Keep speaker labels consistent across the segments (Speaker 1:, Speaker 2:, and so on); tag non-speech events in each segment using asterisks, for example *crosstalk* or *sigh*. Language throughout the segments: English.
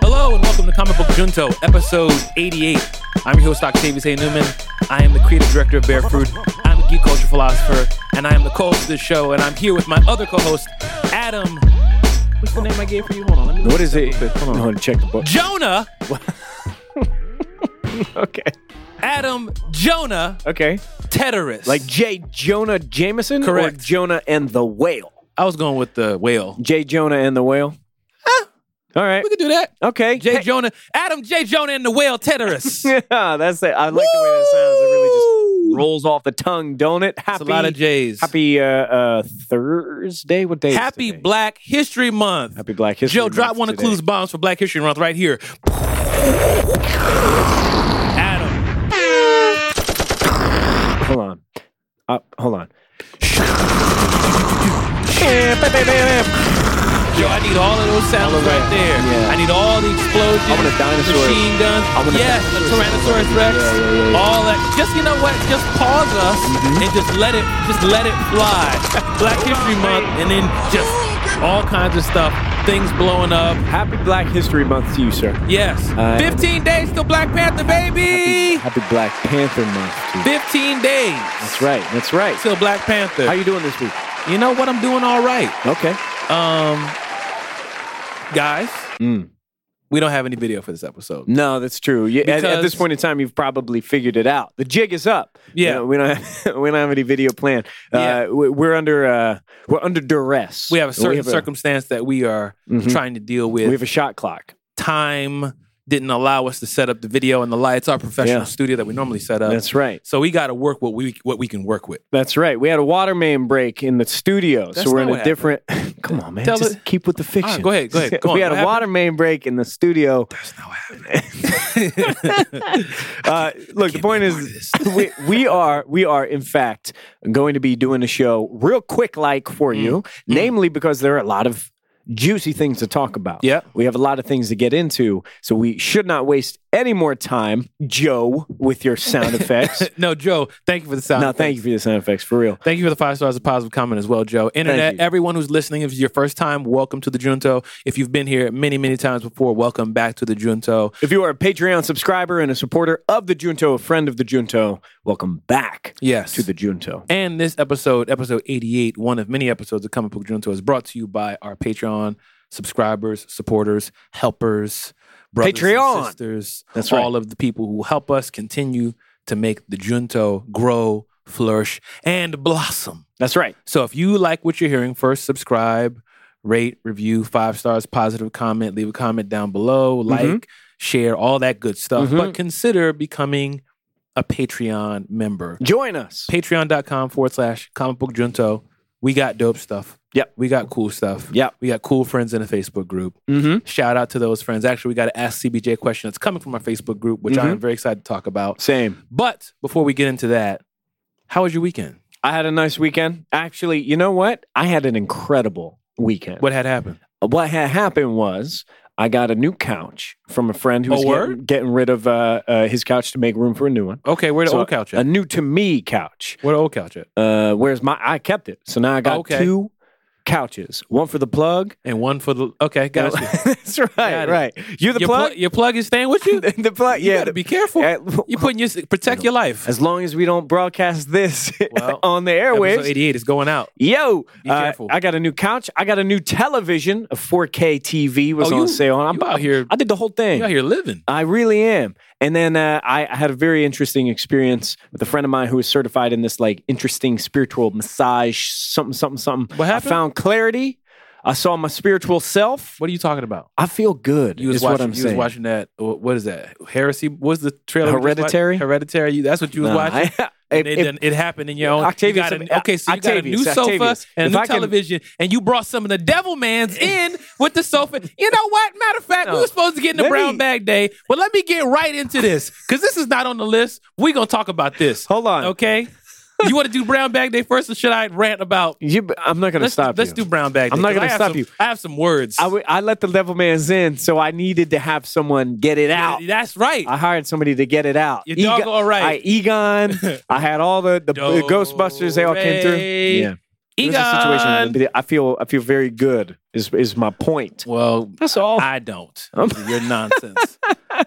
Speaker 1: Hello and welcome to Comic Book Junto, episode 88. I'm your host, Octavius A. Newman. I am the creative director of Bear Fruit. I'm a geek culture philosopher, and I am the co-host of this show, and I'm here with my other co-host, Adam. What's the name I gave for you? Hold on, let me
Speaker 2: What is it? Hold on, check the book.
Speaker 1: Jonah!
Speaker 2: *laughs* Okay.
Speaker 1: Adam Jonah
Speaker 2: Okay.
Speaker 1: Teteris.
Speaker 2: Like J. Jonah Jameson
Speaker 1: Correct.
Speaker 2: or Jonah and the whale?
Speaker 1: I was going with the whale.
Speaker 2: J. Jonah and the whale? All right.
Speaker 1: We could do that.
Speaker 2: Okay.
Speaker 1: J. Jonah. Adam J. Jonah and the whale *laughs* Teteris.
Speaker 2: Hey. Yeah, *laughs* that's it. I like the way that sounds. It really just rolls off the tongue, don't it? Happy,
Speaker 1: It's a lot of J's.
Speaker 2: happy uh, uh, Thursday. What day? is
Speaker 1: Happy
Speaker 2: today?
Speaker 1: Black History Month.
Speaker 2: Happy Black History.
Speaker 1: Joe, drop
Speaker 2: Month
Speaker 1: one of
Speaker 2: today.
Speaker 1: Clues bombs for Black History Month right here. Adam.
Speaker 2: Hold on. Uh, hold *laughs* on.
Speaker 1: Yo, I need all of those sounds
Speaker 2: of
Speaker 1: right
Speaker 2: that.
Speaker 1: there.
Speaker 2: Yeah.
Speaker 1: I need all the explosions.
Speaker 2: I want a dinosaur.
Speaker 1: Machine gun.
Speaker 2: I want a
Speaker 1: yes, the
Speaker 2: dinosaur.
Speaker 1: Tyrannosaurus Rex.
Speaker 2: Yeah, yeah, yeah, Mm-hmm. yeah.
Speaker 1: All that. Just you know what? Just pause us and just let it just let it fly. *laughs* Black History Month and then just all kinds of stuff. Things blowing up.
Speaker 2: Happy Black History Month to you, sir.
Speaker 1: Yes.
Speaker 2: Uh,
Speaker 1: 15 days till Black Panther, baby.
Speaker 2: Happy Black Panther Month to you.
Speaker 1: 15 days
Speaker 2: That's right. That's right.
Speaker 1: till Black Panther.
Speaker 2: How you doing this week?
Speaker 1: You know what? I'm doing all right.
Speaker 2: Okay.
Speaker 1: Um, guys,
Speaker 2: Mm.
Speaker 1: we don't have any video for this episode.
Speaker 2: No, that's true. You, at, at
Speaker 1: Because-
Speaker 2: this point in time, you've probably figured it out. The jig is up.
Speaker 1: Yeah.
Speaker 2: You know, we don't have, *laughs* we don't have any video planned.
Speaker 1: Yeah.
Speaker 2: Uh, we- we're under uh, we're under duress.
Speaker 1: We have a certain
Speaker 2: have
Speaker 1: circumstance that we are
Speaker 2: Mhm.
Speaker 1: trying to deal
Speaker 2: we
Speaker 1: with.
Speaker 2: have a shot clock.
Speaker 1: Time didn't allow us to set up the video and the lights. Our professional
Speaker 2: Yeah.
Speaker 1: studio that we normally set up.
Speaker 2: That's right.
Speaker 1: So we got to work what we what we can work with.
Speaker 2: That's right. We had a water main break in the studio,
Speaker 1: That's
Speaker 2: so we're
Speaker 1: not
Speaker 2: in
Speaker 1: what
Speaker 2: a different. *laughs* Come on, man.
Speaker 1: Tell
Speaker 2: Just
Speaker 1: it-
Speaker 2: keep with the fiction.
Speaker 1: go ahead, go
Speaker 2: *laughs*
Speaker 1: ahead. Go
Speaker 2: we
Speaker 1: on.
Speaker 2: had
Speaker 1: What
Speaker 2: a water main break in the studio. Uh, look, the point is, *laughs* we, we are we are in fact going to be doing a show real quick, like for you, namely because there are a lot of juicy things to talk about.
Speaker 1: Yep.
Speaker 2: we have a lot of things to get into, so we should not waste any more time, Joe, with your sound effects.
Speaker 1: no, Joe, thank you for the sound.
Speaker 2: no, thank you for your sound effects, for real.
Speaker 1: Thank you for the five stars of positive comment as well, Joe. Internet,
Speaker 2: you.
Speaker 1: everyone who's listening, if it's your first time, welcome to the Junto. If you've been here many, many times before, welcome back to the Junto.
Speaker 2: If you are a Patreon subscriber and a supporter of the Junto, a friend of the Junto, welcome back
Speaker 1: Yes.
Speaker 2: to the Junto.
Speaker 1: And this episode, episode 88, one of many episodes of Comic Book Junto, is brought to you by our Patreon subscribers, supporters, helpers, brothers,
Speaker 2: Patreon.
Speaker 1: And sisters.
Speaker 2: That's right.
Speaker 1: All of the people who help us continue to make the Junto grow, flourish, and blossom.
Speaker 2: That's right.
Speaker 1: So if you like what you're hearing, first subscribe, rate, review, five stars, positive comment, leave a comment down below, like, share, all that good stuff.
Speaker 2: Mhm.
Speaker 1: But consider becoming a Patreon member
Speaker 2: Join us.
Speaker 1: patreon.com forward slash comic book junto. We got dope stuff.
Speaker 2: Yep.
Speaker 1: We got cool stuff.
Speaker 2: Yep.
Speaker 1: We got cool friends in a Facebook group.
Speaker 2: Mm-hmm.
Speaker 1: Shout out to those friends. Actually, we got to ask CBJ question. It's coming from our Facebook group, which
Speaker 2: Mm-hmm.
Speaker 1: I am very excited to talk about.
Speaker 2: Same.
Speaker 1: But before we get into that, how was your weekend?
Speaker 2: I had a nice weekend. Actually, you know what? I had an incredible weekend.
Speaker 1: What had happened?
Speaker 2: What had happened was I got a new couch from a friend who was
Speaker 1: Oh,
Speaker 2: getting,
Speaker 1: word?
Speaker 2: getting rid of uh, uh, his couch to make room for a new one.
Speaker 1: Okay, where the
Speaker 2: So,
Speaker 1: old couch
Speaker 2: A
Speaker 1: at?
Speaker 2: new to me couch.
Speaker 1: Where the old couch at?
Speaker 2: Uh, whereas my I kept it, so now I got
Speaker 1: Okay.
Speaker 2: two couches. One for the plug.
Speaker 1: And one for the okay, got you.
Speaker 2: *laughs* That's right.
Speaker 1: Got it.
Speaker 2: Right. You're the
Speaker 1: Your,
Speaker 2: plug.
Speaker 1: plu- your plug is staying with
Speaker 2: *laughs*
Speaker 1: you.
Speaker 2: the plug.
Speaker 1: You
Speaker 2: yeah.
Speaker 1: gotta
Speaker 2: the-
Speaker 1: be careful.
Speaker 2: Yeah,
Speaker 1: You're putting your protect your life.
Speaker 2: as long as we don't broadcast this
Speaker 1: Well,
Speaker 2: *laughs* on the
Speaker 1: Episode
Speaker 2: airwaves,
Speaker 1: 88 is going out.
Speaker 2: Yo,
Speaker 1: Be
Speaker 2: uh,
Speaker 1: careful.
Speaker 2: I got a new couch. I got a new television. A 4K TV was
Speaker 1: Oh,
Speaker 2: on
Speaker 1: you-
Speaker 2: sale.
Speaker 1: you out here-
Speaker 2: I did the whole thing.
Speaker 1: You out here living.
Speaker 2: I really am. And then uh, I, I had a very interesting experience with a friend of mine who is certified in this like interesting spiritual massage, something, something, something.
Speaker 1: What happened?
Speaker 2: I found clarity. I saw my spiritual self.
Speaker 1: What are you talking about?
Speaker 2: I feel good.
Speaker 1: You was
Speaker 2: is
Speaker 1: watching.
Speaker 2: what I'm
Speaker 1: you
Speaker 2: saying.
Speaker 1: was watching that. wh- What is that? Heresy. What's the trailer? we just watched?
Speaker 2: Hereditary?
Speaker 1: Hereditary. You, that's what you was
Speaker 2: No,
Speaker 1: watching.
Speaker 2: *laughs* I-
Speaker 1: And
Speaker 2: if-
Speaker 1: it,
Speaker 2: if-
Speaker 1: done- it happened in your own. you
Speaker 2: Octavius,
Speaker 1: got a-
Speaker 2: I-
Speaker 1: okay, so you
Speaker 2: Octavius,
Speaker 1: got a new sofa
Speaker 2: Octavius.
Speaker 1: and a
Speaker 2: If
Speaker 1: new
Speaker 2: I can-
Speaker 1: television, and you brought some of the devil
Speaker 2: *laughs*
Speaker 1: man's in with the sofa. You know what? Matter of fact, we
Speaker 2: No.
Speaker 1: were supposed to get in the
Speaker 2: Let
Speaker 1: brown
Speaker 2: me-
Speaker 1: bag day. Well, let me get right into this because this is not on the list. We're gonna talk about this.
Speaker 2: Hold on.
Speaker 1: Okay. you want to do brown bag day first, or should I rant about?
Speaker 2: You- I'm not going to
Speaker 1: Let's
Speaker 2: stop.
Speaker 1: let's
Speaker 2: you.
Speaker 1: do brown bag. Day,
Speaker 2: I'm not
Speaker 1: 'cause I
Speaker 2: gonna
Speaker 1: have
Speaker 2: stop
Speaker 1: some-
Speaker 2: you.
Speaker 1: I have some words.
Speaker 2: I, w- I let the level man's in, so I needed to have someone get it out.
Speaker 1: That's right.
Speaker 2: I hired somebody to get it out.
Speaker 1: Your dog all right.
Speaker 2: I, Egon.
Speaker 1: *laughs*
Speaker 2: I had all the, the, the Ghostbusters. They all came through.
Speaker 1: Ray.
Speaker 2: It was a situation.
Speaker 1: Egon.
Speaker 2: But I feel I feel very good. Is is my point?
Speaker 1: Well,
Speaker 2: That's all.
Speaker 1: I don't.
Speaker 2: Oh.
Speaker 1: Your
Speaker 2: *laughs*
Speaker 1: nonsense.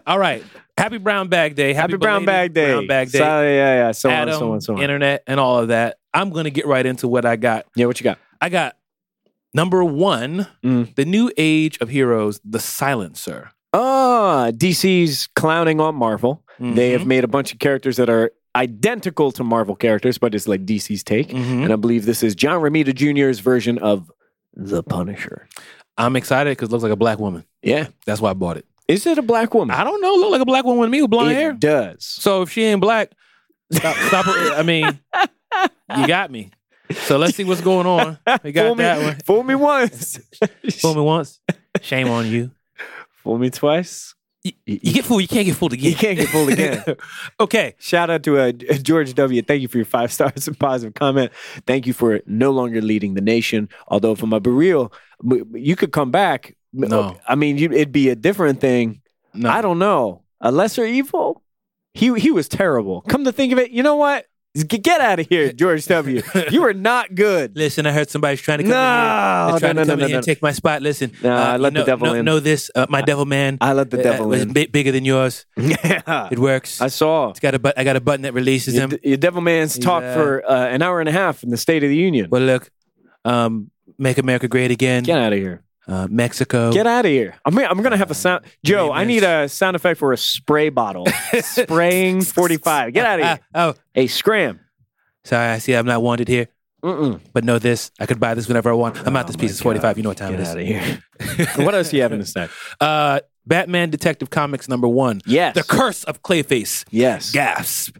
Speaker 1: All right. Happy Brown Bag Day.
Speaker 2: Happy brown
Speaker 1: belated
Speaker 2: bag day.
Speaker 1: Brown Bag Day.
Speaker 2: So, yeah, yeah. So
Speaker 1: Adam,
Speaker 2: on, so on, so on.
Speaker 1: internet, and all of that. I'm going to get right into what I got.
Speaker 2: yeah, what you got?
Speaker 1: I got number one,
Speaker 2: Mm.
Speaker 1: the new age of heroes, the silencer.
Speaker 2: Ah, DC's clowning on Marvel.
Speaker 1: Mm-hmm.
Speaker 2: They have made a bunch of characters that are identical to Marvel characters, but it's like DC's take.
Speaker 1: Mhm.
Speaker 2: And I believe this is John Romita Jr.'s version of the Punisher.
Speaker 1: I'm excited because it looks like a black woman.
Speaker 2: Yeah,
Speaker 1: That's why I bought it.
Speaker 2: is it a black woman?
Speaker 1: I don't know. Look like a black woman to me with blonde
Speaker 2: it
Speaker 1: hair.
Speaker 2: does.
Speaker 1: So if she ain't black, stop, stop her. I
Speaker 2: *laughs*
Speaker 1: mean, you got me. So let's see what's going on. We got
Speaker 2: fool
Speaker 1: that
Speaker 2: me,
Speaker 1: one.
Speaker 2: *laughs* Fool me once.
Speaker 1: *laughs* Fool me once, shame on
Speaker 2: *laughs*
Speaker 1: you.
Speaker 2: fool me twice.
Speaker 1: You, you get fooled. You can't get fooled again.
Speaker 2: You can't get fooled again.
Speaker 1: *laughs* okay.
Speaker 2: Shout out to uh, George W. Thank you for your five *laughs* stars and positive comment. Thank you for no longer leading the nation. Although, for my real, you could come back.
Speaker 1: No.
Speaker 2: I mean, you, it'd be a different thing.
Speaker 1: No.
Speaker 2: I don't know. A lesser evil. He he was terrible. Come to think of it, you know what? G- Get out of
Speaker 1: *laughs*
Speaker 2: here, George W. you are not good.
Speaker 1: Listen, I heard somebody's trying to come in
Speaker 2: No,
Speaker 1: here. They're trying
Speaker 2: no, no,
Speaker 1: to come
Speaker 2: no,
Speaker 1: in here
Speaker 2: no,
Speaker 1: and take my spot. Listen, uh,
Speaker 2: No, I let the
Speaker 1: know,
Speaker 2: devil
Speaker 1: know,
Speaker 2: in.
Speaker 1: Know this, uh, my devil man.
Speaker 2: I let the
Speaker 1: uh,
Speaker 2: devil
Speaker 1: was *laughs*
Speaker 2: in.
Speaker 1: bit bigger than yours.
Speaker 2: *laughs* Yeah,
Speaker 1: It works.
Speaker 2: I saw.
Speaker 1: it's got a but. I got a button that releases
Speaker 2: Your,
Speaker 1: him.
Speaker 2: d- your devil man's talked
Speaker 1: Yeah.
Speaker 2: for uh, an hour and a half in the State of the Union.
Speaker 1: Well, look, um, make America great again.
Speaker 2: Get out of here.
Speaker 1: Uh, Mexico.
Speaker 2: Get out of here. I'm, I'm going to
Speaker 1: Uh,
Speaker 2: have a sound. Joe, I need a sound effect for a
Speaker 1: *laughs*
Speaker 2: spray bottle. Spraying 45. Get out of
Speaker 1: Ah,
Speaker 2: here.
Speaker 1: *laughs* oh,
Speaker 2: Hey, scram.
Speaker 1: sorry. I see. I'm not wanted here.
Speaker 2: Mm-mm.
Speaker 1: But know this, I could buy this whenever I want. I'm out. This piece is 45. You know what time
Speaker 2: Oh Get
Speaker 1: it is.
Speaker 2: out of
Speaker 1: *laughs*
Speaker 2: here. what else do you have in the stack?
Speaker 1: Uh, Batman Detective Comics number one.
Speaker 2: Yes.
Speaker 1: The Curse of Clayface.
Speaker 2: Yes.
Speaker 1: Gasp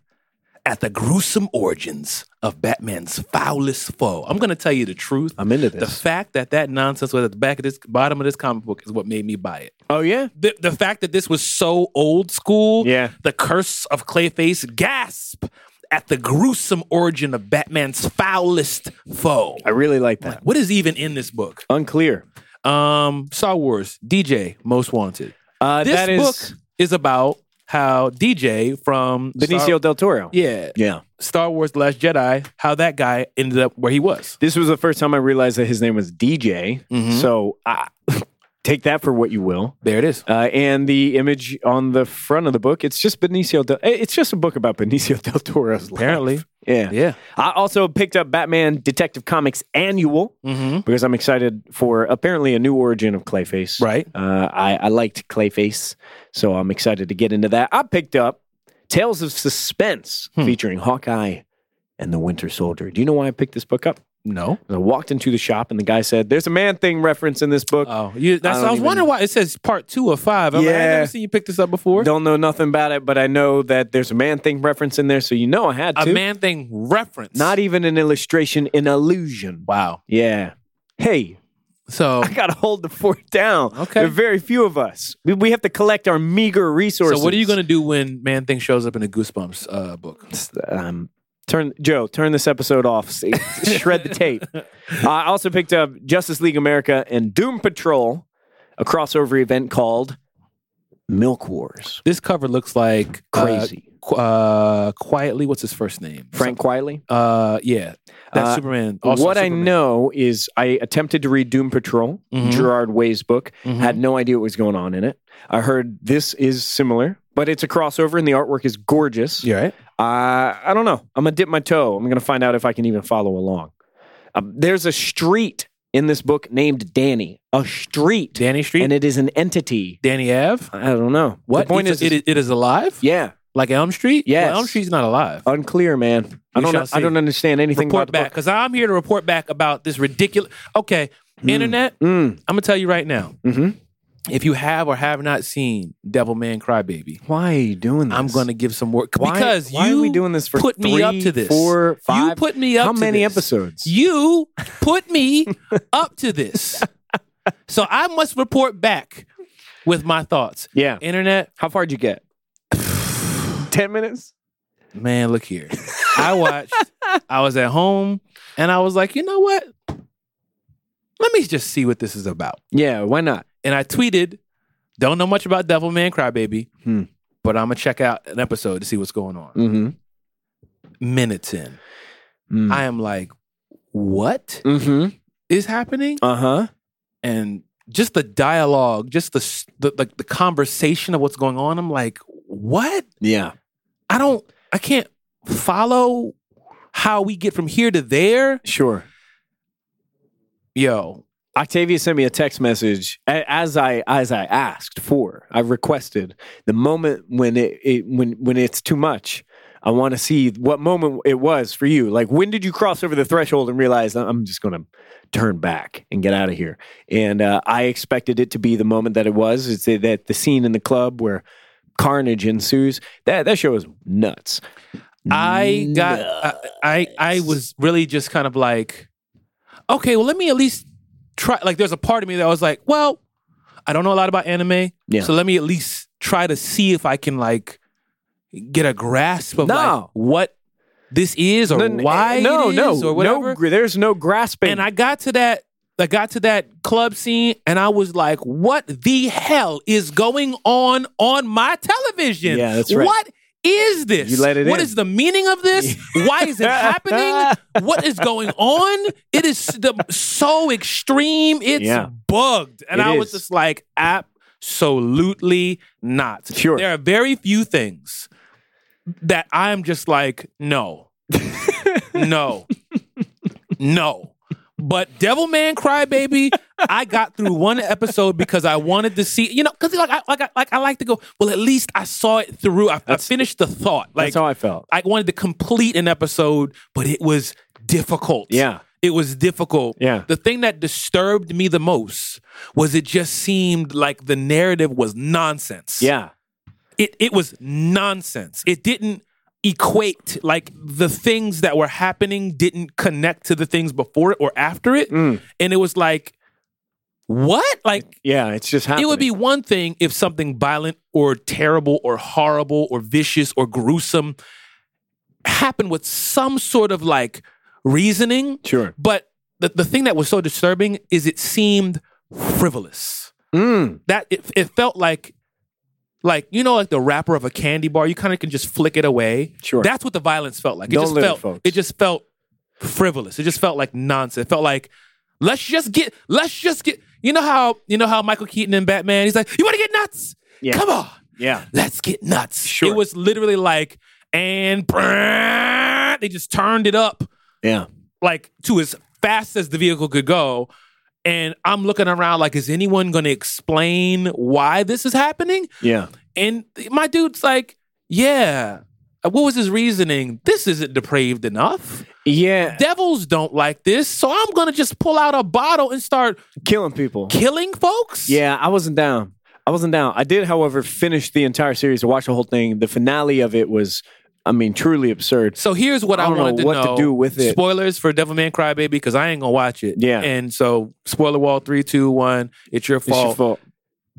Speaker 1: at the gruesome origins of Batman's foulest foe. I'm going to tell you the truth.
Speaker 2: I'm into
Speaker 1: the
Speaker 2: this.
Speaker 1: fact that that nonsense was at the back of this bottom of this comic book is what made me buy it.
Speaker 2: oh, yeah?
Speaker 1: The, the fact that this was so old school,
Speaker 2: Yeah.
Speaker 1: the curse of Clayface, gasp at the gruesome origin of Batman's foulest foe.
Speaker 2: I really like that.
Speaker 1: What is even in this book?
Speaker 2: Unclear.
Speaker 1: Um, Star Wars, DJ, Most Wanted.
Speaker 2: Uh,
Speaker 1: This
Speaker 2: that is
Speaker 1: book is about how DJ from
Speaker 2: Benicio
Speaker 1: Star-
Speaker 2: del Toro.
Speaker 1: yeah,
Speaker 2: Yeah.
Speaker 1: Star Wars: The Last Jedi, how that guy ended up where he was.
Speaker 2: This was the first time I realized that his name was DJ.
Speaker 1: Mm-hmm.
Speaker 2: So I, *laughs* take that for what you will.
Speaker 1: There it is.
Speaker 2: Uh, and the image on the front of the book, it's just Benicio del. eh, It's just a book about *laughs* Benicio del Toro's life.
Speaker 1: Apparently.
Speaker 2: yeah.
Speaker 1: Yeah.
Speaker 2: I also picked up Batman Detective Comics Annual
Speaker 1: Mm-hmm.
Speaker 2: because I'm excited for apparently a new origin of Clayface.
Speaker 1: Right.
Speaker 2: Uh, I, I liked Clayface, so I'm excited to get into that. I picked up Tales of Suspense
Speaker 1: Hmm.
Speaker 2: featuring Hawkeye and the Winter Soldier. Do you know why I picked this book up?
Speaker 1: No.
Speaker 2: I walked into the shop and the guy said, "There's a man thing reference in this book."
Speaker 1: Oh, you, that's,
Speaker 2: I
Speaker 1: I,
Speaker 2: don't
Speaker 1: was
Speaker 2: even-
Speaker 1: wondering why it says part two of five. I'm like, I
Speaker 2: Yeah.
Speaker 1: never seen you pick this up before.
Speaker 2: Don't know nothing about it, but I know that there's a man thing reference in there, so you know I had
Speaker 1: A
Speaker 2: to.
Speaker 1: man thing reference.
Speaker 2: Not e- even an illustration, an illusion.
Speaker 1: wow.
Speaker 2: Yeah. Hey, *laughs*
Speaker 1: So,
Speaker 2: I gotta hold the fort down.
Speaker 1: Okay.
Speaker 2: There are very few of us. We, we have to collect our meager resources.
Speaker 1: so what are you going to do when man thing shows up in a Goosebumps uh, book?
Speaker 2: to um, turn? Joe, turn this episode off. See, *laughs* shred the
Speaker 1: *laughs*
Speaker 2: tape. I also picked up Justice League America and Doom Patrol, a crossover event called Milk Wars.
Speaker 1: This cover looks like uh,
Speaker 2: Crazy.
Speaker 1: qu- uh, quietly. What's his first name?
Speaker 2: Frank Quietly.
Speaker 1: Uh, yeah, that
Speaker 2: Uh,
Speaker 1: Superman. Also
Speaker 2: what I
Speaker 1: Superman.
Speaker 2: know is I attempted to read Doom Patrol,
Speaker 1: Mm-hmm.
Speaker 2: Gerard Way's book. Had no idea what was going on in it. I heard this is similar, but it's a crossover and the artwork is gorgeous.
Speaker 1: You all right?
Speaker 2: Uh, I don't know. I'm gonna dip my toe. I'm gonna find out if I can even follow along. Um, there's a street in this book named Danny. A street,
Speaker 1: Danny Street,
Speaker 2: and it is an entity.
Speaker 1: Danny Ave.
Speaker 2: I don't know.
Speaker 1: What
Speaker 2: The point
Speaker 1: It's-
Speaker 2: is,
Speaker 1: it, it is alive?
Speaker 2: yeah,
Speaker 1: like Elm Street.
Speaker 2: Yes.
Speaker 1: well, Elm Street's not alive.
Speaker 2: unclear, man. I
Speaker 1: We
Speaker 2: don't.
Speaker 1: shall
Speaker 2: know-
Speaker 1: see.
Speaker 2: I don't understand anything
Speaker 1: report
Speaker 2: about
Speaker 1: back because I'm here to report back about this ridiculous. Okay,
Speaker 2: Hmm.
Speaker 1: internet.
Speaker 2: the book.
Speaker 1: I'm gonna tell you right now.
Speaker 2: Mm, hmm
Speaker 1: If you have or have not seen Devil Man Crybaby,
Speaker 2: Why are you doing this?
Speaker 1: I'm gonna give some work
Speaker 2: Why,
Speaker 1: because
Speaker 2: why
Speaker 1: you
Speaker 2: are we doing this for
Speaker 1: put me up
Speaker 2: three,
Speaker 1: to this.
Speaker 2: Four, five.
Speaker 1: You put me up.
Speaker 2: How
Speaker 1: to
Speaker 2: many
Speaker 1: this.
Speaker 2: episodes? *laughs*
Speaker 1: You put me up to this, so I must report back with my thoughts.
Speaker 2: yeah.
Speaker 1: Internet,
Speaker 2: How far would you get? Ten minutes.
Speaker 1: Man, look here. I watched, I was at home, and I was like, you know what? Let me just see what this is about.
Speaker 2: Yeah. Why not?
Speaker 1: And I tweeted, don't know much about Devil Man Crybaby,
Speaker 2: Hmm.
Speaker 1: but I'm going to check out an episode to see what's going on.
Speaker 2: Mm-hmm.
Speaker 1: Minutes in,
Speaker 2: Hmm.
Speaker 1: I am like, what
Speaker 2: Mm-hmm.
Speaker 1: is happening?
Speaker 2: Uh huh.
Speaker 1: and just the dialogue, just the, s- the like the conversation of what's going on. I'm like, what?
Speaker 2: Yeah.
Speaker 1: I don't. I can't follow how we get from here to there.
Speaker 2: Sure.
Speaker 1: Yo,
Speaker 2: Octavia sent me a text message a- as I as I asked for. I requested the moment when it, it when when it's too much. I want to see what moment it was for you. Like when did you cross over the threshold and realize "I- I'm just going to turn back and get out of here? And uh, I expected it to be the moment that it was. It's the- that the scene in the club where carnage ensues. That that show is nuts.
Speaker 1: I got uh, I, I I was really just kind of like, okay, well let me at least try like there's a part of me that was like, well, I don't know a lot about anime.
Speaker 2: Yeah.
Speaker 1: So let me at least try to see if I can like get a grasp of like
Speaker 2: No.
Speaker 1: what this is or
Speaker 2: Then- eh,
Speaker 1: why
Speaker 2: No,
Speaker 1: it
Speaker 2: no,
Speaker 1: is or whatever.
Speaker 2: no. gr- There's no grasping.
Speaker 1: and I got to that I got to that club scene and I was like, what the hell is going on on my television?
Speaker 2: Yeah, that's right.
Speaker 1: What is this?
Speaker 2: You let it
Speaker 1: What
Speaker 2: in.
Speaker 1: is the meaning of
Speaker 2: *laughs*
Speaker 1: this? Why is it happening? What is going on? It is the, so extreme. It's
Speaker 2: Yeah.
Speaker 1: bugged. And
Speaker 2: It
Speaker 1: I was
Speaker 2: is.
Speaker 1: just like, absolutely not.
Speaker 2: Sure.
Speaker 1: There are very few things that I'm just like, no, no, no. But Devil Man Crybaby, I got through one episode because I wanted to see, you know, because like I, like I like I like to go. Well, at least I saw it through. I, I finished the thought. Like
Speaker 2: That's how I felt.
Speaker 1: I wanted to complete an episode, but it was difficult.
Speaker 2: Yeah.
Speaker 1: It was difficult.
Speaker 2: Yeah.
Speaker 1: The thing that disturbed me the most was it just seemed like the narrative was nonsense.
Speaker 2: Yeah.
Speaker 1: It it was nonsense. It didn't equate like the things that were happening didn't connect to the things before it or after it. And it was like what? Like
Speaker 2: Yeah, it's just happening.
Speaker 1: it would be one thing if something violent or terrible or horrible or vicious or gruesome happened with some sort of like reasoning.
Speaker 2: sure.
Speaker 1: But the, the thing that was so disturbing is it seemed frivolous.
Speaker 2: Mm.
Speaker 1: That it, it felt like like you know like the wrapper of a candy bar you kind of can just flick it away
Speaker 2: Sure.
Speaker 1: that's what the violence felt like it
Speaker 2: Don't
Speaker 1: just
Speaker 2: live it,
Speaker 1: felt
Speaker 2: folks.
Speaker 1: it just felt frivolous it just felt like nonsense it felt like let's just get let's just get you know how you know how michael keaton and batman he's like you want to get nuts
Speaker 2: Yeah.
Speaker 1: come on
Speaker 2: Yeah.
Speaker 1: let's get nuts
Speaker 2: Sure.
Speaker 1: it was literally like and they just turned it up
Speaker 2: Yeah.
Speaker 1: like to as fast as the vehicle could go. And I'm looking around like, is anyone going to explain why this is happening?
Speaker 2: Yeah.
Speaker 1: And my dude's like, yeah. What was his reasoning? This isn't depraved enough.
Speaker 2: Yeah.
Speaker 1: Devils don't like this. So I'm going to just pull out a bottle and start
Speaker 2: Killing people.
Speaker 1: killing folks.
Speaker 2: Yeah, I wasn't down. I wasn't down. I did, however, finish the entire series. I watched the whole thing. The finale of it was, I mean, truly absurd.
Speaker 1: So here's what I,
Speaker 2: I don't know
Speaker 1: wanted to
Speaker 2: what to
Speaker 1: know.
Speaker 2: do with it.
Speaker 1: Spoilers for Devilman Crybaby because I ain't going to watch it.
Speaker 2: Yeah.
Speaker 1: And so, spoiler wall three, two, one. It's your
Speaker 2: It's
Speaker 1: fault.
Speaker 2: your fault.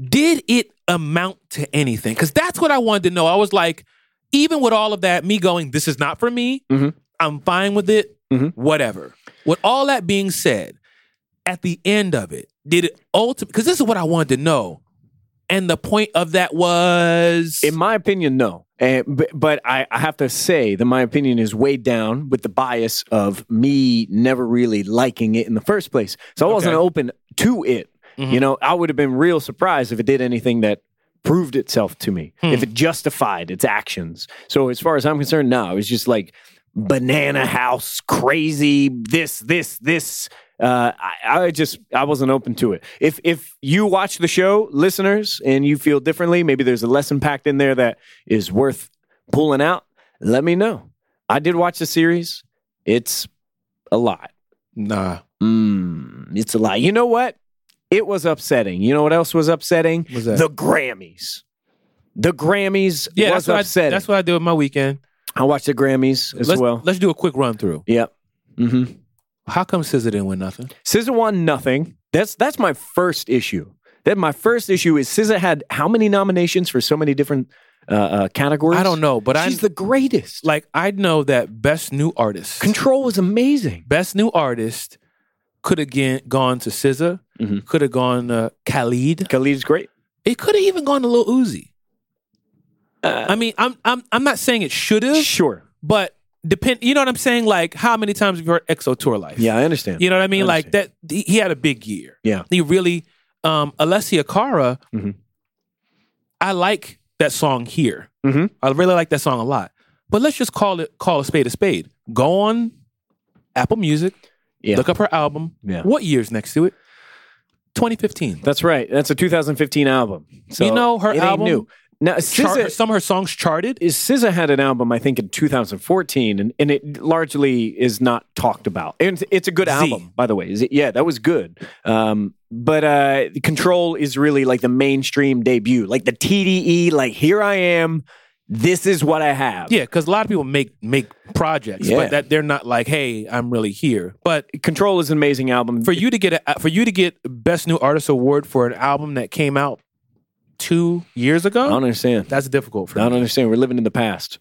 Speaker 1: did it amount to anything? Because that's what I wanted to know. I was like, even with all of that, me going, this is not for me,
Speaker 2: Mhm.
Speaker 1: I'm fine with it,
Speaker 2: Mhm.
Speaker 1: whatever. With all that being said, at the end of it, did it ultimately, because this is what I wanted to know. And the point of that was,
Speaker 2: In my opinion, no. And, but but I, I have to say that my opinion is weighed down with the bias of me never really liking it in the first place. So I wasn't
Speaker 1: Okay.
Speaker 2: open to it. You know, I would have been real surprised if it did anything that proved itself to me, if it justified its actions. So as far as I'm concerned, no, it was just like banana house, crazy, this, this, this. Uh, I, I just I wasn't open to it. If if you watch the show, listeners, and you feel differently, maybe there's a lesson packed in there that is worth pulling out. Let me know. I did watch the series. It's a lot.
Speaker 1: nah,
Speaker 2: Mm, it's a lie. You know what? It was upsetting. You know what else was upsetting?
Speaker 1: What's that?
Speaker 2: The Grammys. The Grammys
Speaker 1: yeah,
Speaker 2: was
Speaker 1: that's what, I,
Speaker 2: upsetting.
Speaker 1: that's what I do with my weekend.
Speaker 2: I watched the Grammys as
Speaker 1: let's,
Speaker 2: well.
Speaker 1: let's do a quick run through.
Speaker 2: Yep. hmm
Speaker 1: How come SZA didn't win nothing?
Speaker 2: SZA won nothing. That's that's my first issue. That my first issue is SZA had how many nominations for so many different uh, uh, categories?
Speaker 1: I don't know, but I
Speaker 2: She's the greatest.
Speaker 1: like I know that best new artist.
Speaker 2: Control was amazing.
Speaker 1: Best New Artist could have again gone to SZA,
Speaker 2: Mm-hmm.
Speaker 1: could have gone to Khalid.
Speaker 2: Khalid's great.
Speaker 1: It could have even gone to
Speaker 2: Uh.
Speaker 1: Lil Uzi. I mean, I'm I'm I'm not saying it should have,
Speaker 2: Sure.
Speaker 1: but depend. You know what I'm saying? Like, how many times have you heard EXO tour life?
Speaker 2: Yeah, I understand.
Speaker 1: You know what I mean?
Speaker 2: I
Speaker 1: like that. He he had a big year.
Speaker 2: Yeah.
Speaker 1: He really. Um, Alessia Cara.
Speaker 2: Mhm.
Speaker 1: I like that song here.
Speaker 2: Mhm.
Speaker 1: I really like that song a lot. But let's just call it call a spade a spade. Go on Apple Music.
Speaker 2: Yeah.
Speaker 1: Look up her album.
Speaker 2: Yeah.
Speaker 1: What year's next to it? 2015.
Speaker 2: That's right. That's a 2015 album. So
Speaker 1: You know her
Speaker 2: it ain't
Speaker 1: album
Speaker 2: new. Now,
Speaker 1: Chart-
Speaker 2: SZA,
Speaker 1: some of her songs charted.
Speaker 2: is SZA had an album I think in 2014, and, and it largely is not talked about. And it's, it's a good
Speaker 1: Z.
Speaker 2: album, by the way. Is it, yeah, that was good. Um, but uh, Control is really like the mainstream debut, like the TDE, like here I am, this is what I have.
Speaker 1: Yeah, because a lot of people make make projects,
Speaker 2: Yeah.
Speaker 1: but that they're not like, hey, I'm really here. But
Speaker 2: Control is an amazing album.
Speaker 1: for you to get a for you to get best new artist award for an album that came out two years
Speaker 2: I
Speaker 1: ago,
Speaker 2: don't understand.
Speaker 1: that's difficult for
Speaker 2: I don't
Speaker 1: me.
Speaker 2: understand. We're living in the past.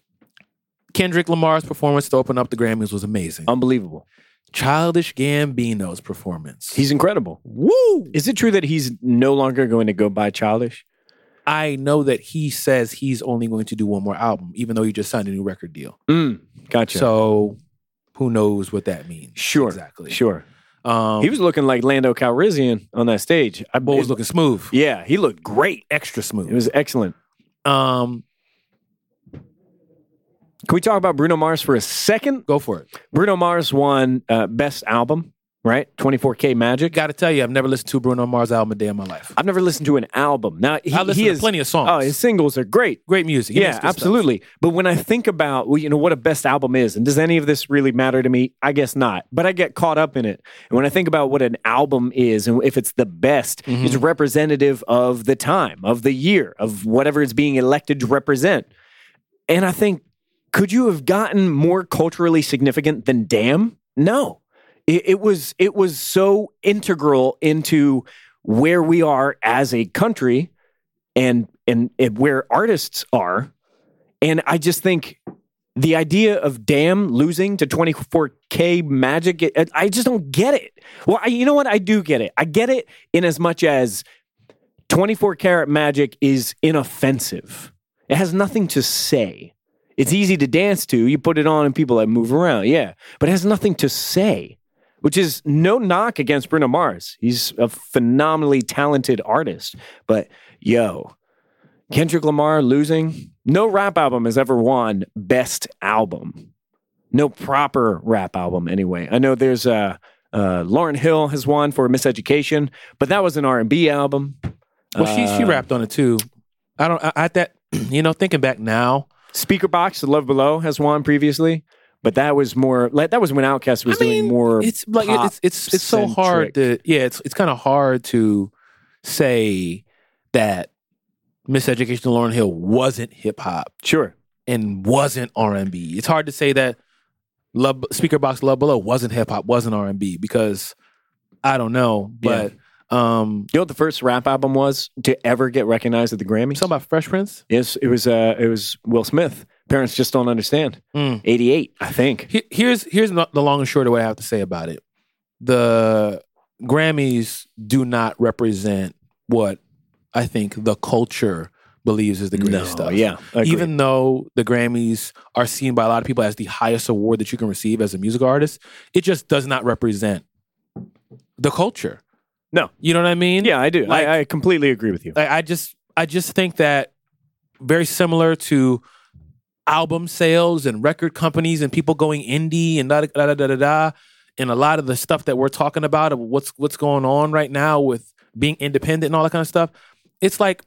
Speaker 1: Kendrick Lamar's performance to open up the Grammys was amazing.
Speaker 2: Um, Unbelievable.
Speaker 1: Childish Gambino's performance,
Speaker 2: He's incredible.
Speaker 1: woo!
Speaker 2: Is it true that he's no longer going to go by Childish?
Speaker 1: I know that he says he's only going to do one more album, even though he just signed a new record deal.
Speaker 2: Mm, gotcha.
Speaker 1: So who knows what that means?
Speaker 2: sure.
Speaker 1: exactly.
Speaker 2: Sure.
Speaker 1: Um,
Speaker 2: He was looking like Lando Calrissian on that stage. I
Speaker 1: boy was looking smooth,
Speaker 2: Yeah, he looked great.
Speaker 1: extra
Speaker 2: It
Speaker 1: smooth.
Speaker 2: was excellent.
Speaker 1: Um,
Speaker 2: Can we talk about Bruno Mars for a second?
Speaker 1: go for it.
Speaker 2: Bruno Mars won uh, best album, right? 24K Magic.
Speaker 1: Got to tell you, I've never listened to a Bruno Mars album a day in my life.
Speaker 2: I've never listened to an album. Now he,
Speaker 1: I listen
Speaker 2: he
Speaker 1: to
Speaker 2: is
Speaker 1: plenty of songs.
Speaker 2: oh, his singles are great.
Speaker 1: great music. He
Speaker 2: Yeah,
Speaker 1: makes good
Speaker 2: absolutely. But when I think about well, you know what a best album is, and does any of this really matter to me? I guess not. But I get caught up in it. And when I think about what an album is, and if it's the best, it's representative of the time, of the year, of whatever it's being elected to represent. And I think, could you have gotten more culturally significant than "Damn"? No, it, it was it was so integral into where we are as a country and and, and where artists are. And I just think the idea of damn losing to 24k magic, it- I just don't get it. Well, I, you know what? I do get it. I get it in as much as 24 karat magic is inoffensive. It has nothing to say. It's easy to dance to. You put it on and people like move around. Yeah, but it has nothing to say. Which is no knock against Bruno Mars. He's a phenomenally talented artist. But yo, Kendrick Lamar losing. No rap album has ever won best album. No proper rap album, anyway. I know there's uh, uh, Lauren Hill has won for Miseducation, but that was an R and B album.
Speaker 1: Stuff. Well, she she
Speaker 2: Uh,
Speaker 1: rapped on it too. I don't. I, I that *clears throat* you know thinking back now.
Speaker 2: Speaker Box, The Love Below has won previously, but that was more. Like, that was when Outkast was
Speaker 1: I mean,
Speaker 2: doing more.
Speaker 1: It's like
Speaker 2: pop
Speaker 1: it's it's it's so hard to yeah. It's it's kind of hard to say that Miseducation of Lauren Hill wasn't hip hop
Speaker 2: sure,
Speaker 1: and wasn't R and B. It's hard to say that Love Speaker Box Love Below wasn't hip hop, wasn't R and B because I don't know,
Speaker 2: Yeah.
Speaker 1: but um,
Speaker 2: you know what the first rap album was to ever get recognized at the Grammys.
Speaker 1: something about Fresh Prince.
Speaker 2: Yes, it was. Uh, it was Will Smith. Parents just don't understand.
Speaker 1: Mm.
Speaker 2: Eighty-eight, I think.
Speaker 1: Here- here's here's no- the long and short of what I have to say about it. The Grammys do not represent what I think the culture believes is the greatest stuff.
Speaker 2: yeah. agreed.
Speaker 1: Even though the Grammys are seen by a lot of people as the highest award that you can receive as a music artist, it just does not represent the culture.
Speaker 2: No.
Speaker 1: You know what I mean?
Speaker 2: yeah, I do.
Speaker 1: like-
Speaker 2: I, I completely agree with you.
Speaker 1: Like I just I just think that very similar to album sales and record companies and people going indie and da da da da da da and a lot of the stuff that we're talking about of what's what's going on right now with being independent and all that kind of stuff. It's like,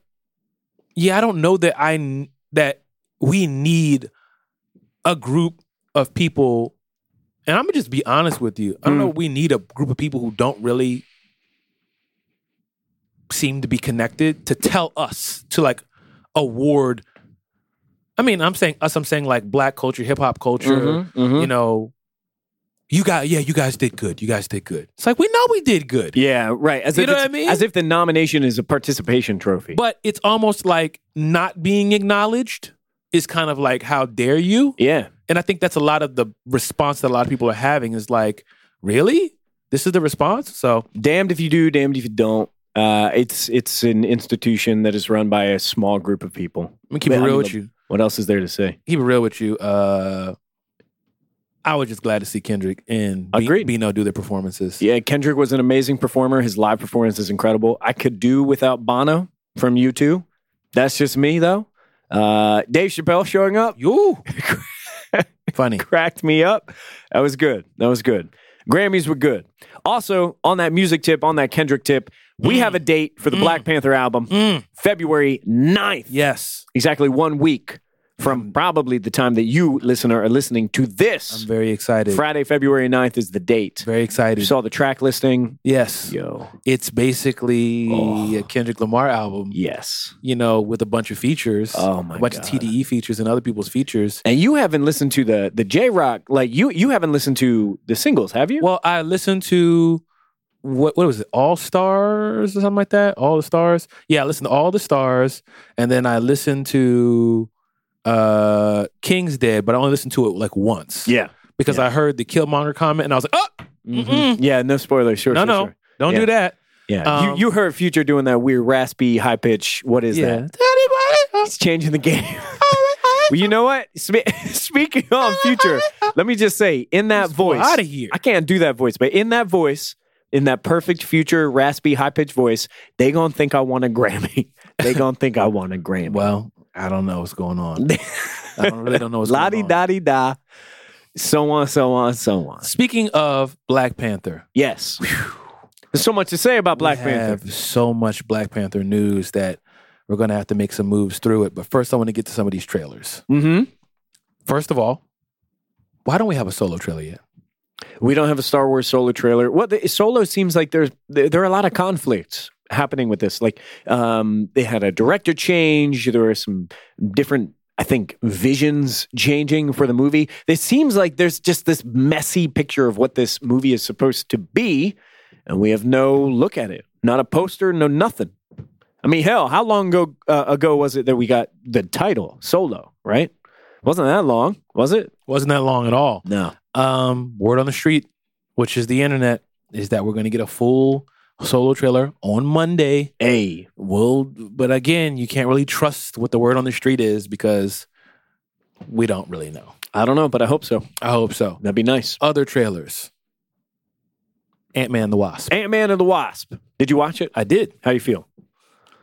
Speaker 1: yeah, I don't know that I n- that we need a group of people. And I'm gonna just be honest with you. I don't
Speaker 2: Mm.
Speaker 1: know. if We need a group of people who don't really seem to be connected to tell us to like award. I mean, I'm saying us, I'm saying like black culture, hip hop culture,
Speaker 2: Mhm, mhm.
Speaker 1: you know, you guys, yeah, you guys did good. You guys did good. It's like, we know we did good.
Speaker 2: Yeah, right. As
Speaker 1: You
Speaker 2: if
Speaker 1: know
Speaker 2: it's-
Speaker 1: what I mean?
Speaker 2: As if the nomination is a participation trophy.
Speaker 1: But it's almost like not being acknowledged is kind of like, how dare you?
Speaker 2: yeah,
Speaker 1: And I think that's a lot of the response that a lot of people are having is like, really? This is the response? So,
Speaker 2: damned if you do, damned if you don't. Uh, it's it's an institution that is run by a small group of people.
Speaker 1: I'm gonna keep
Speaker 2: Yeah,
Speaker 1: it
Speaker 2: I
Speaker 1: real
Speaker 2: mean,
Speaker 1: with
Speaker 2: the-
Speaker 1: you.
Speaker 2: What else is there to say?
Speaker 1: Keep it real with you. Uh, I was just glad to see Kendrick and B-
Speaker 2: Agreed.
Speaker 1: Bino do their performances.
Speaker 2: Yeah, Kendrick was an amazing performer. His live performance is incredible. I could do without Bono from U2. That's just me, though. Uh, Dave Chappelle showing up *laughs*
Speaker 1: You funny.
Speaker 2: cracked me up. That was good. That was good. Grammys were good. Also, on that music tip, on that Kendrick tip, we have a date for the Black Panther album, February 9th.
Speaker 1: Yes,
Speaker 2: Exactly one week from probably the time that you, listener, are listening to this.
Speaker 1: I'm very excited.
Speaker 2: Friday, February 9th is the date.
Speaker 1: Very
Speaker 2: You
Speaker 1: excited.
Speaker 2: saw the track listing.
Speaker 1: yes,
Speaker 2: Yo.
Speaker 1: it's basically
Speaker 2: Oh.
Speaker 1: a Kendrick Lamar album.
Speaker 2: Yes.
Speaker 1: You know, with a bunch of features.
Speaker 2: Oh my
Speaker 1: a bunch
Speaker 2: God.
Speaker 1: of TDE features and other people's features.
Speaker 2: And you haven't listened to the the J Rock like you you haven't listened to the singles, have you?
Speaker 1: Well, I listened to what what was it? All Stars or something like that. All the Stars. Yeah, I listened to All the Stars, and then I listened to uh King's Dead, but I only listened to it like once.
Speaker 2: yeah,
Speaker 1: because I heard the Killmonger comment, and I was like, oh
Speaker 2: Mhm. yeah. No spoilers. Sure,
Speaker 1: no
Speaker 2: sure,
Speaker 1: no,
Speaker 2: sure.
Speaker 1: don't
Speaker 2: Yeah.
Speaker 1: do that.
Speaker 2: Yeah,
Speaker 1: Um,
Speaker 2: you, you heard Future doing that weird raspy high pitch. What is
Speaker 1: yeah,
Speaker 2: that? It's changing the game. *laughs* well, you know what? Spe- *laughs* Speaking on Future, let me just say in that voice,
Speaker 1: out of here.
Speaker 2: I can't do that voice, but in that voice, in that perfect Future raspy high pitched voice, they gonna think I want a Grammy. *laughs* they gonna think I want a Grammy.
Speaker 1: well, I don't know what's going
Speaker 2: *laughs*
Speaker 1: on. I don't really don't know what's
Speaker 2: La
Speaker 1: going
Speaker 2: di
Speaker 1: on.
Speaker 2: da di da. So on, so on, so on.
Speaker 1: Speaking of Black Panther,
Speaker 2: Yes. There's so much to say about Black
Speaker 1: we
Speaker 2: Panther.
Speaker 1: have so much Black Panther news that we're going to have to make some moves through it. But first, I want to get to some of these trailers.
Speaker 2: Mm-hmm.
Speaker 1: First of all, why don't we have a solo trailer yet?
Speaker 2: We don't have a Star Wars solo trailer. Well, the solo seems like there's there, there are a lot of conflicts happening with this. Like um, they had a director change. There were some different, I think, visions changing for the movie. It seems like there's just this messy picture of what this movie is supposed to be, and we have no look at it. Not a poster. No nothing. I mean, hell, how long ago, uh, ago was it that we got the title solo? Right? Wasn't that long, was it?
Speaker 1: Wasn't that long at all.
Speaker 2: No.
Speaker 1: Um, word on the street, which is the internet, is that we're going to get a full solo trailer on Monday.
Speaker 2: A.
Speaker 1: Well, but again, you can't really trust what the word on the street is because we don't really know.
Speaker 2: I don't know, but I hope so.
Speaker 1: I hope so.
Speaker 2: That'd be nice.
Speaker 1: Other trailers Ant Man the Wasp.
Speaker 2: Ant Man and the Wasp. Did you watch it?
Speaker 1: I did.
Speaker 2: How you feel?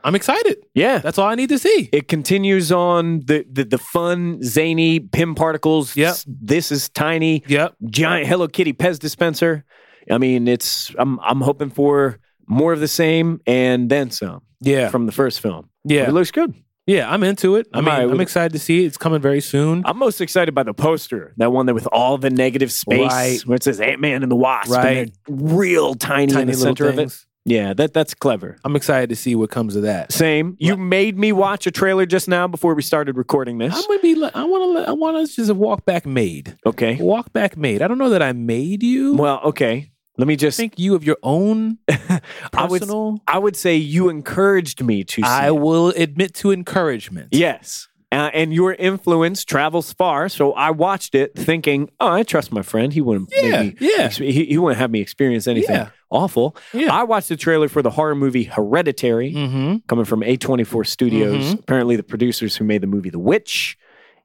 Speaker 1: I'm excited.
Speaker 2: Yeah.
Speaker 1: That's all I need to see.
Speaker 2: it continues on the, the, the fun, zany Pym particles.
Speaker 1: Yep.
Speaker 2: This is tiny,
Speaker 1: Yep.
Speaker 2: giant Hello Kitty Pez dispenser. I mean, it's I'm I'm hoping for more of the same and then some
Speaker 1: Yeah.
Speaker 2: from the first film.
Speaker 1: Yeah.
Speaker 2: It looks good.
Speaker 1: Yeah. I'm into it. I
Speaker 2: I'm
Speaker 1: mean,
Speaker 2: all right with
Speaker 1: I'm
Speaker 2: it.
Speaker 1: excited to see it. It's coming very soon.
Speaker 2: I'm most excited by the poster, that one that with all the negative space
Speaker 1: Right.
Speaker 2: where it says Ant Man and the Wasp,
Speaker 1: Right.
Speaker 2: and they're real tiny, in the center of it. Yeah, that that's clever.
Speaker 1: I'm excited to see what comes of
Speaker 2: *laughs*
Speaker 1: that.
Speaker 2: Same. You made me watch a trailer just now before we started recording this.
Speaker 1: I'm gonna be. li- I want to. I want to just walk back made.
Speaker 2: okay.
Speaker 1: Walk back made. I don't know that I made you.
Speaker 2: Well, okay. Let me just.
Speaker 1: think you of your own
Speaker 2: *laughs* I would.
Speaker 1: personal.
Speaker 2: I would say you encouraged me to. See
Speaker 1: I
Speaker 2: it.
Speaker 1: will admit to encouragement.
Speaker 2: Yes. Uh, and your influence travels far, so I watched it thinking, "Oh, I trust my friend. He wouldn't.
Speaker 1: Yeah,
Speaker 2: make me,
Speaker 1: yeah.
Speaker 2: ex- He, he wouldn't have me experience anything
Speaker 1: Yeah.
Speaker 2: awful."
Speaker 1: Yeah.
Speaker 2: I watched the trailer for the horror movie Hereditary,
Speaker 1: Mm-hmm.
Speaker 2: coming from A24 Studios. Apparently, the producers who made the movie The Witch,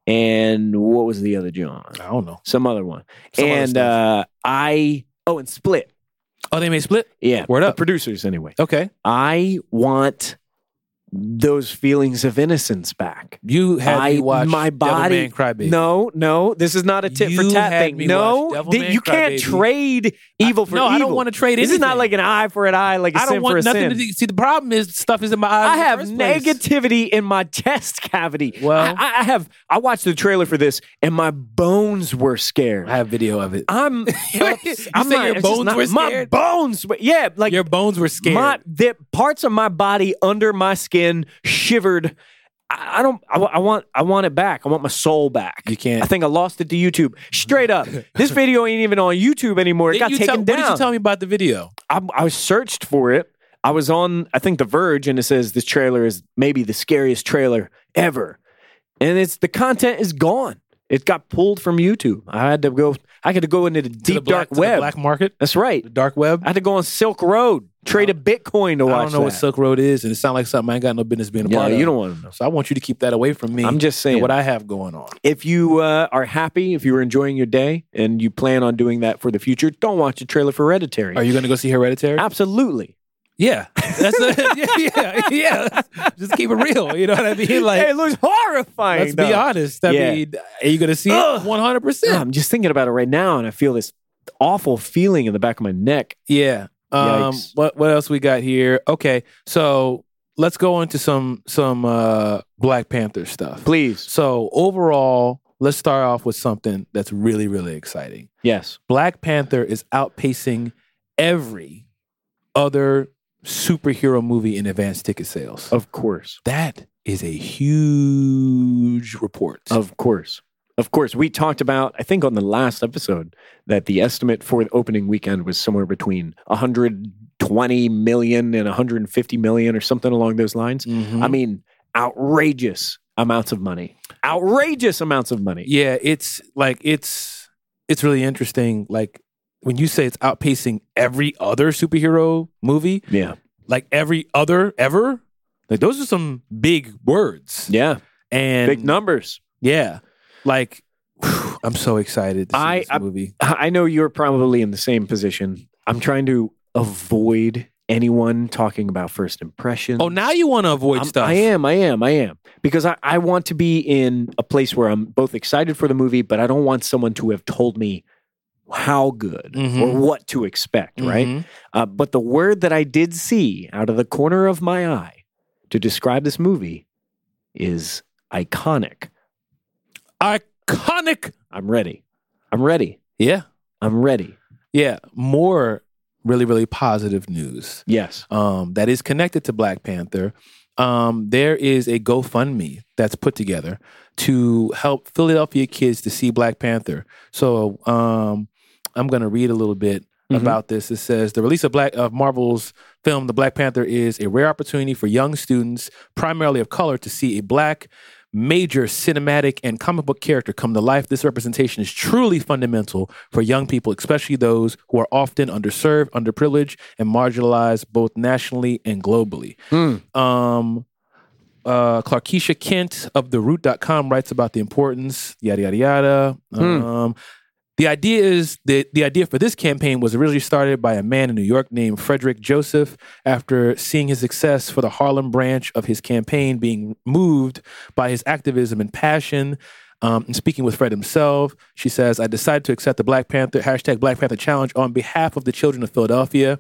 Speaker 2: and what was the other John?
Speaker 1: I don't know.
Speaker 2: some other one.
Speaker 1: Some other
Speaker 2: and uh, I oh, and Split.
Speaker 1: Oh, they made split.
Speaker 2: Yeah,
Speaker 1: Word
Speaker 2: the
Speaker 1: up.
Speaker 2: producers anyway.
Speaker 1: Okay,
Speaker 2: I want those feelings of innocence back.
Speaker 1: you had
Speaker 2: I
Speaker 1: me watch
Speaker 2: my body.
Speaker 1: Devilman Crybaby.
Speaker 2: No, no, this is not a tit for
Speaker 1: You
Speaker 2: tat
Speaker 1: had
Speaker 2: thing.
Speaker 1: me
Speaker 2: No,
Speaker 1: watch Devil
Speaker 2: th-
Speaker 1: Man
Speaker 2: you can't
Speaker 1: Crybaby.
Speaker 2: trade evil for
Speaker 1: no,
Speaker 2: evil.
Speaker 1: I don't want to trade.
Speaker 2: This is not
Speaker 1: anything.
Speaker 2: like an eye for an eye, like a
Speaker 1: I
Speaker 2: sin
Speaker 1: don't
Speaker 2: for
Speaker 1: want
Speaker 2: a
Speaker 1: nothing
Speaker 2: sin.
Speaker 1: to do. see. The problem is stuff is in my eyes.
Speaker 2: I
Speaker 1: in the
Speaker 2: have
Speaker 1: first place.
Speaker 2: negativity in my *laughs* chest cavity.
Speaker 1: Well-
Speaker 2: I, I I have. I watched the trailer for this, and my bones were scared.
Speaker 1: I have video of it.
Speaker 2: I'm.
Speaker 1: *laughs* You
Speaker 2: ups- I'm
Speaker 1: say your
Speaker 2: not- it's just
Speaker 1: bones
Speaker 2: not-
Speaker 1: were
Speaker 2: My
Speaker 1: scared?
Speaker 2: bones, were- yeah, like
Speaker 1: Your bones were scared.
Speaker 2: my the parts of my body under my skin shivered. I, I don't. I, wa- I want. I want it back. I want my soul back.
Speaker 1: You can't-
Speaker 2: I think I lost it to YouTube.
Speaker 1: *laughs*
Speaker 2: Straight up, this video ain't even on YouTube anymore. It
Speaker 1: Didn't
Speaker 2: got
Speaker 1: you
Speaker 2: taken
Speaker 1: tell-
Speaker 2: down.
Speaker 1: What did you tell me about the video?
Speaker 2: I, I searched for it. I was on, I think, The Verge, and it says this trailer is maybe the scariest trailer ever. And it's the content is gone. It got pulled from YouTube. I had to go. I had to go into the
Speaker 1: To the
Speaker 2: deep
Speaker 1: black,
Speaker 2: dark
Speaker 1: to the
Speaker 2: web.
Speaker 1: black market,
Speaker 2: That's right.
Speaker 1: the dark web.
Speaker 2: I had to go on Silk Road, trade a Bitcoin to
Speaker 1: I
Speaker 2: watch.
Speaker 1: don't know what
Speaker 2: that.
Speaker 1: Silk Road is, and it sounds like something I ain't got no business being a
Speaker 2: Yeah,
Speaker 1: part of.
Speaker 2: you don't want to know.
Speaker 1: So I want you to keep that away from me.
Speaker 2: I'm just
Speaker 1: and
Speaker 2: saying.
Speaker 1: what I have going on.
Speaker 2: If you uh, are happy, if you are enjoying your day, and you plan on doing that for the future, don't watch a trailer for Hereditary.
Speaker 1: Are you going to go see Hereditary?
Speaker 2: Absolutely.
Speaker 1: yeah, that's a, *laughs* yeah, yeah, yeah. Just keep it real. You know what I mean? Like,
Speaker 2: it looks horrifying.
Speaker 1: let's be
Speaker 2: though.
Speaker 1: honest. I
Speaker 2: Yeah.
Speaker 1: mean, are you going to see it?
Speaker 2: Ugh.
Speaker 1: One hundred
Speaker 2: Yeah,
Speaker 1: percent.
Speaker 2: I'm just thinking about it right now, and I feel this awful feeling in the back of my neck.
Speaker 1: Yeah. Um,
Speaker 2: Yikes.
Speaker 1: what what else we got here? Okay, so let's go into some some uh, Black Panther stuff.
Speaker 2: Please.
Speaker 1: So overall, let's start off with something that's really really exciting.
Speaker 2: Yes.
Speaker 1: Black Panther is outpacing every other superhero movie in advanced ticket sales.
Speaker 2: Of course.
Speaker 1: That is a huge report.
Speaker 2: Of course. Of course. We talked about, I think on the last episode, that the estimate for the opening weekend was somewhere between 120 million and 150 million or something along those lines.
Speaker 1: Mhm.
Speaker 2: I mean, outrageous amounts of money. Outrageous amounts of money.
Speaker 1: yeah, it's like it's it's really interesting. Like when you say it's outpacing every other superhero movie,
Speaker 2: Yeah.
Speaker 1: like every other ever, like those are some big words.
Speaker 2: Yeah.
Speaker 1: And
Speaker 2: Big numbers.
Speaker 1: yeah, like whew, I'm so excited to see
Speaker 2: I-
Speaker 1: this
Speaker 2: I-
Speaker 1: movie.
Speaker 2: I know you're probably in the same position. I'm trying to avoid anyone talking about first impressions.
Speaker 1: Oh, now you want to avoid
Speaker 2: I'm-
Speaker 1: stuff.
Speaker 2: I am, I am, I am. Because I, I want to be in a place where I'm both excited for the movie, but I don't want someone to have told me how good
Speaker 1: Mhm.
Speaker 2: or what to expect, right?
Speaker 1: Mhm.
Speaker 2: Uh, but the word that I did see out of the corner of my eye to describe this movie is iconic.
Speaker 1: Iconic.
Speaker 2: I'm ready. I'm ready.
Speaker 1: Yeah.
Speaker 2: I'm ready.
Speaker 1: Yeah. More really, really positive news
Speaker 2: Yes.
Speaker 1: um, that is connected to Black Panther. Um, there is a GoFundMe that's put together to help Philadelphia kids to see Black Panther. So um, I'm going to read a little bit
Speaker 2: Mhm.
Speaker 1: about this. It says the release of Black of Marvel's film The Black Panther is a rare opportunity for young students, primarily of color, to see a black major cinematic and comic book character come to life. This representation is truly fundamental for young people, especially those who are often underserved, underprivileged, and marginalized both nationally and globally. Um, uh, Clarkeisha Kent of theroot.com writes about the importance, yada, yada, yada. Um, the idea is that the idea for this campaign was originally started by a man in New York named Frederick Joseph after seeing his success for the Harlem branch of his campaign, being moved by his activism and passion. Um, and speaking with Fred himself, she says, I decided to accept the Black Panther hashtag Black Panther challenge on behalf of the children of Philadelphia.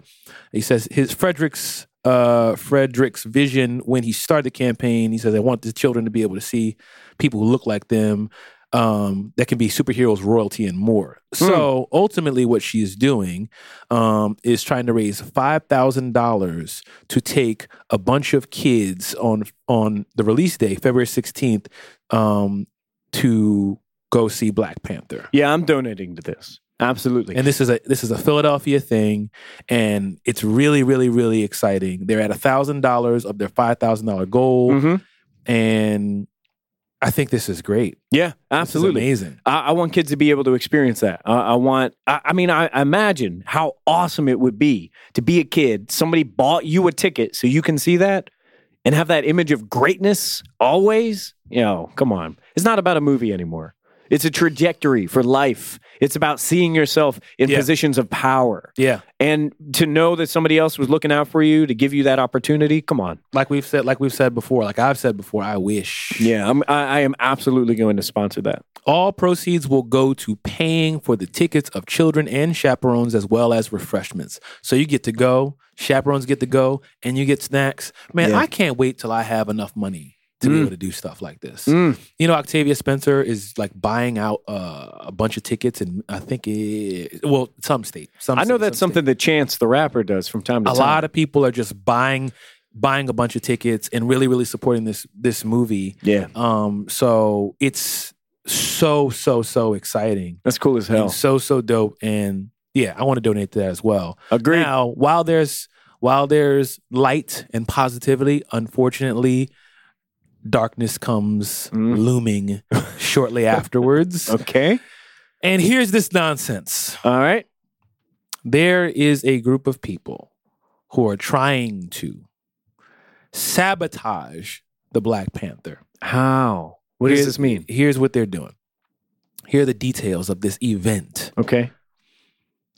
Speaker 1: He says his Frederick's uh, Frederick's vision when he started the campaign. He says, I want the children to be able to see people who look like them um, that can be superheroes, royalty, and more. So ultimately, what she is doing um, is trying to raise five thousand dollars to take a bunch of kids on on the release day, February sixteenth, um, to go see Black Panther
Speaker 2: Yeah, I'm donating to this. Absolutely.
Speaker 1: and this is a this is a Philadelphia thing, and it's really, really, really exciting. They're at thousand dollars of their five thousand dollar goal,
Speaker 2: Mhm.
Speaker 1: and I think this is great.
Speaker 2: Yeah,
Speaker 1: This is
Speaker 2: absolutely.
Speaker 1: amazing.
Speaker 2: I, I want kids to be able to experience that. I, I want, I, I mean, I, I imagine how awesome it would be to be a kid. Somebody bought you a ticket so you can see that and have that image of greatness always. You know, come on. It's not about a movie anymore. It's a trajectory for life. It's about seeing yourself in
Speaker 1: Yeah.
Speaker 2: positions of power.
Speaker 1: Yeah,
Speaker 2: And to know that somebody else was looking out for you to give you that opportunity, come on.
Speaker 1: like we've said, like we've said before, like I've said before, I wish.
Speaker 2: Yeah, I'm, I, I am absolutely going to sponsor that.
Speaker 1: All proceeds will go to paying for the tickets of children and chaperones as well as refreshments. So you get to go, chaperones get to go, and you get snacks. Man,
Speaker 2: Yeah.
Speaker 1: I can't wait till I have enough money to be able to do stuff like this.
Speaker 2: Mm.
Speaker 1: You know, Octavia Spencer is like buying out uh, a bunch of tickets, and I think it, well, some state. Some
Speaker 2: I know
Speaker 1: state,
Speaker 2: that's
Speaker 1: some state.
Speaker 2: something that Chance the rapper does from time to
Speaker 1: A
Speaker 2: time.
Speaker 1: lot of people are just buying buying a bunch of tickets and really, really supporting this this movie.
Speaker 2: Yeah,
Speaker 1: Um, so it's so so so exciting.
Speaker 2: that's cool as
Speaker 1: and
Speaker 2: hell.
Speaker 1: so so dope and yeah i want to donate to that as well
Speaker 2: Agreed.
Speaker 1: now while there's while there's light and positivity unfortunately Darkness Comes
Speaker 2: *laughs*
Speaker 1: looming shortly afterwards.
Speaker 2: *laughs* Mm. Okay.
Speaker 1: And here's this nonsense
Speaker 2: All right.
Speaker 1: there is a group of people who are trying to sabotage the Black Panther.
Speaker 2: How? What does
Speaker 1: Here's-
Speaker 2: this mean?
Speaker 1: Here's what they're doing. Here are the details of this event.
Speaker 2: Okay.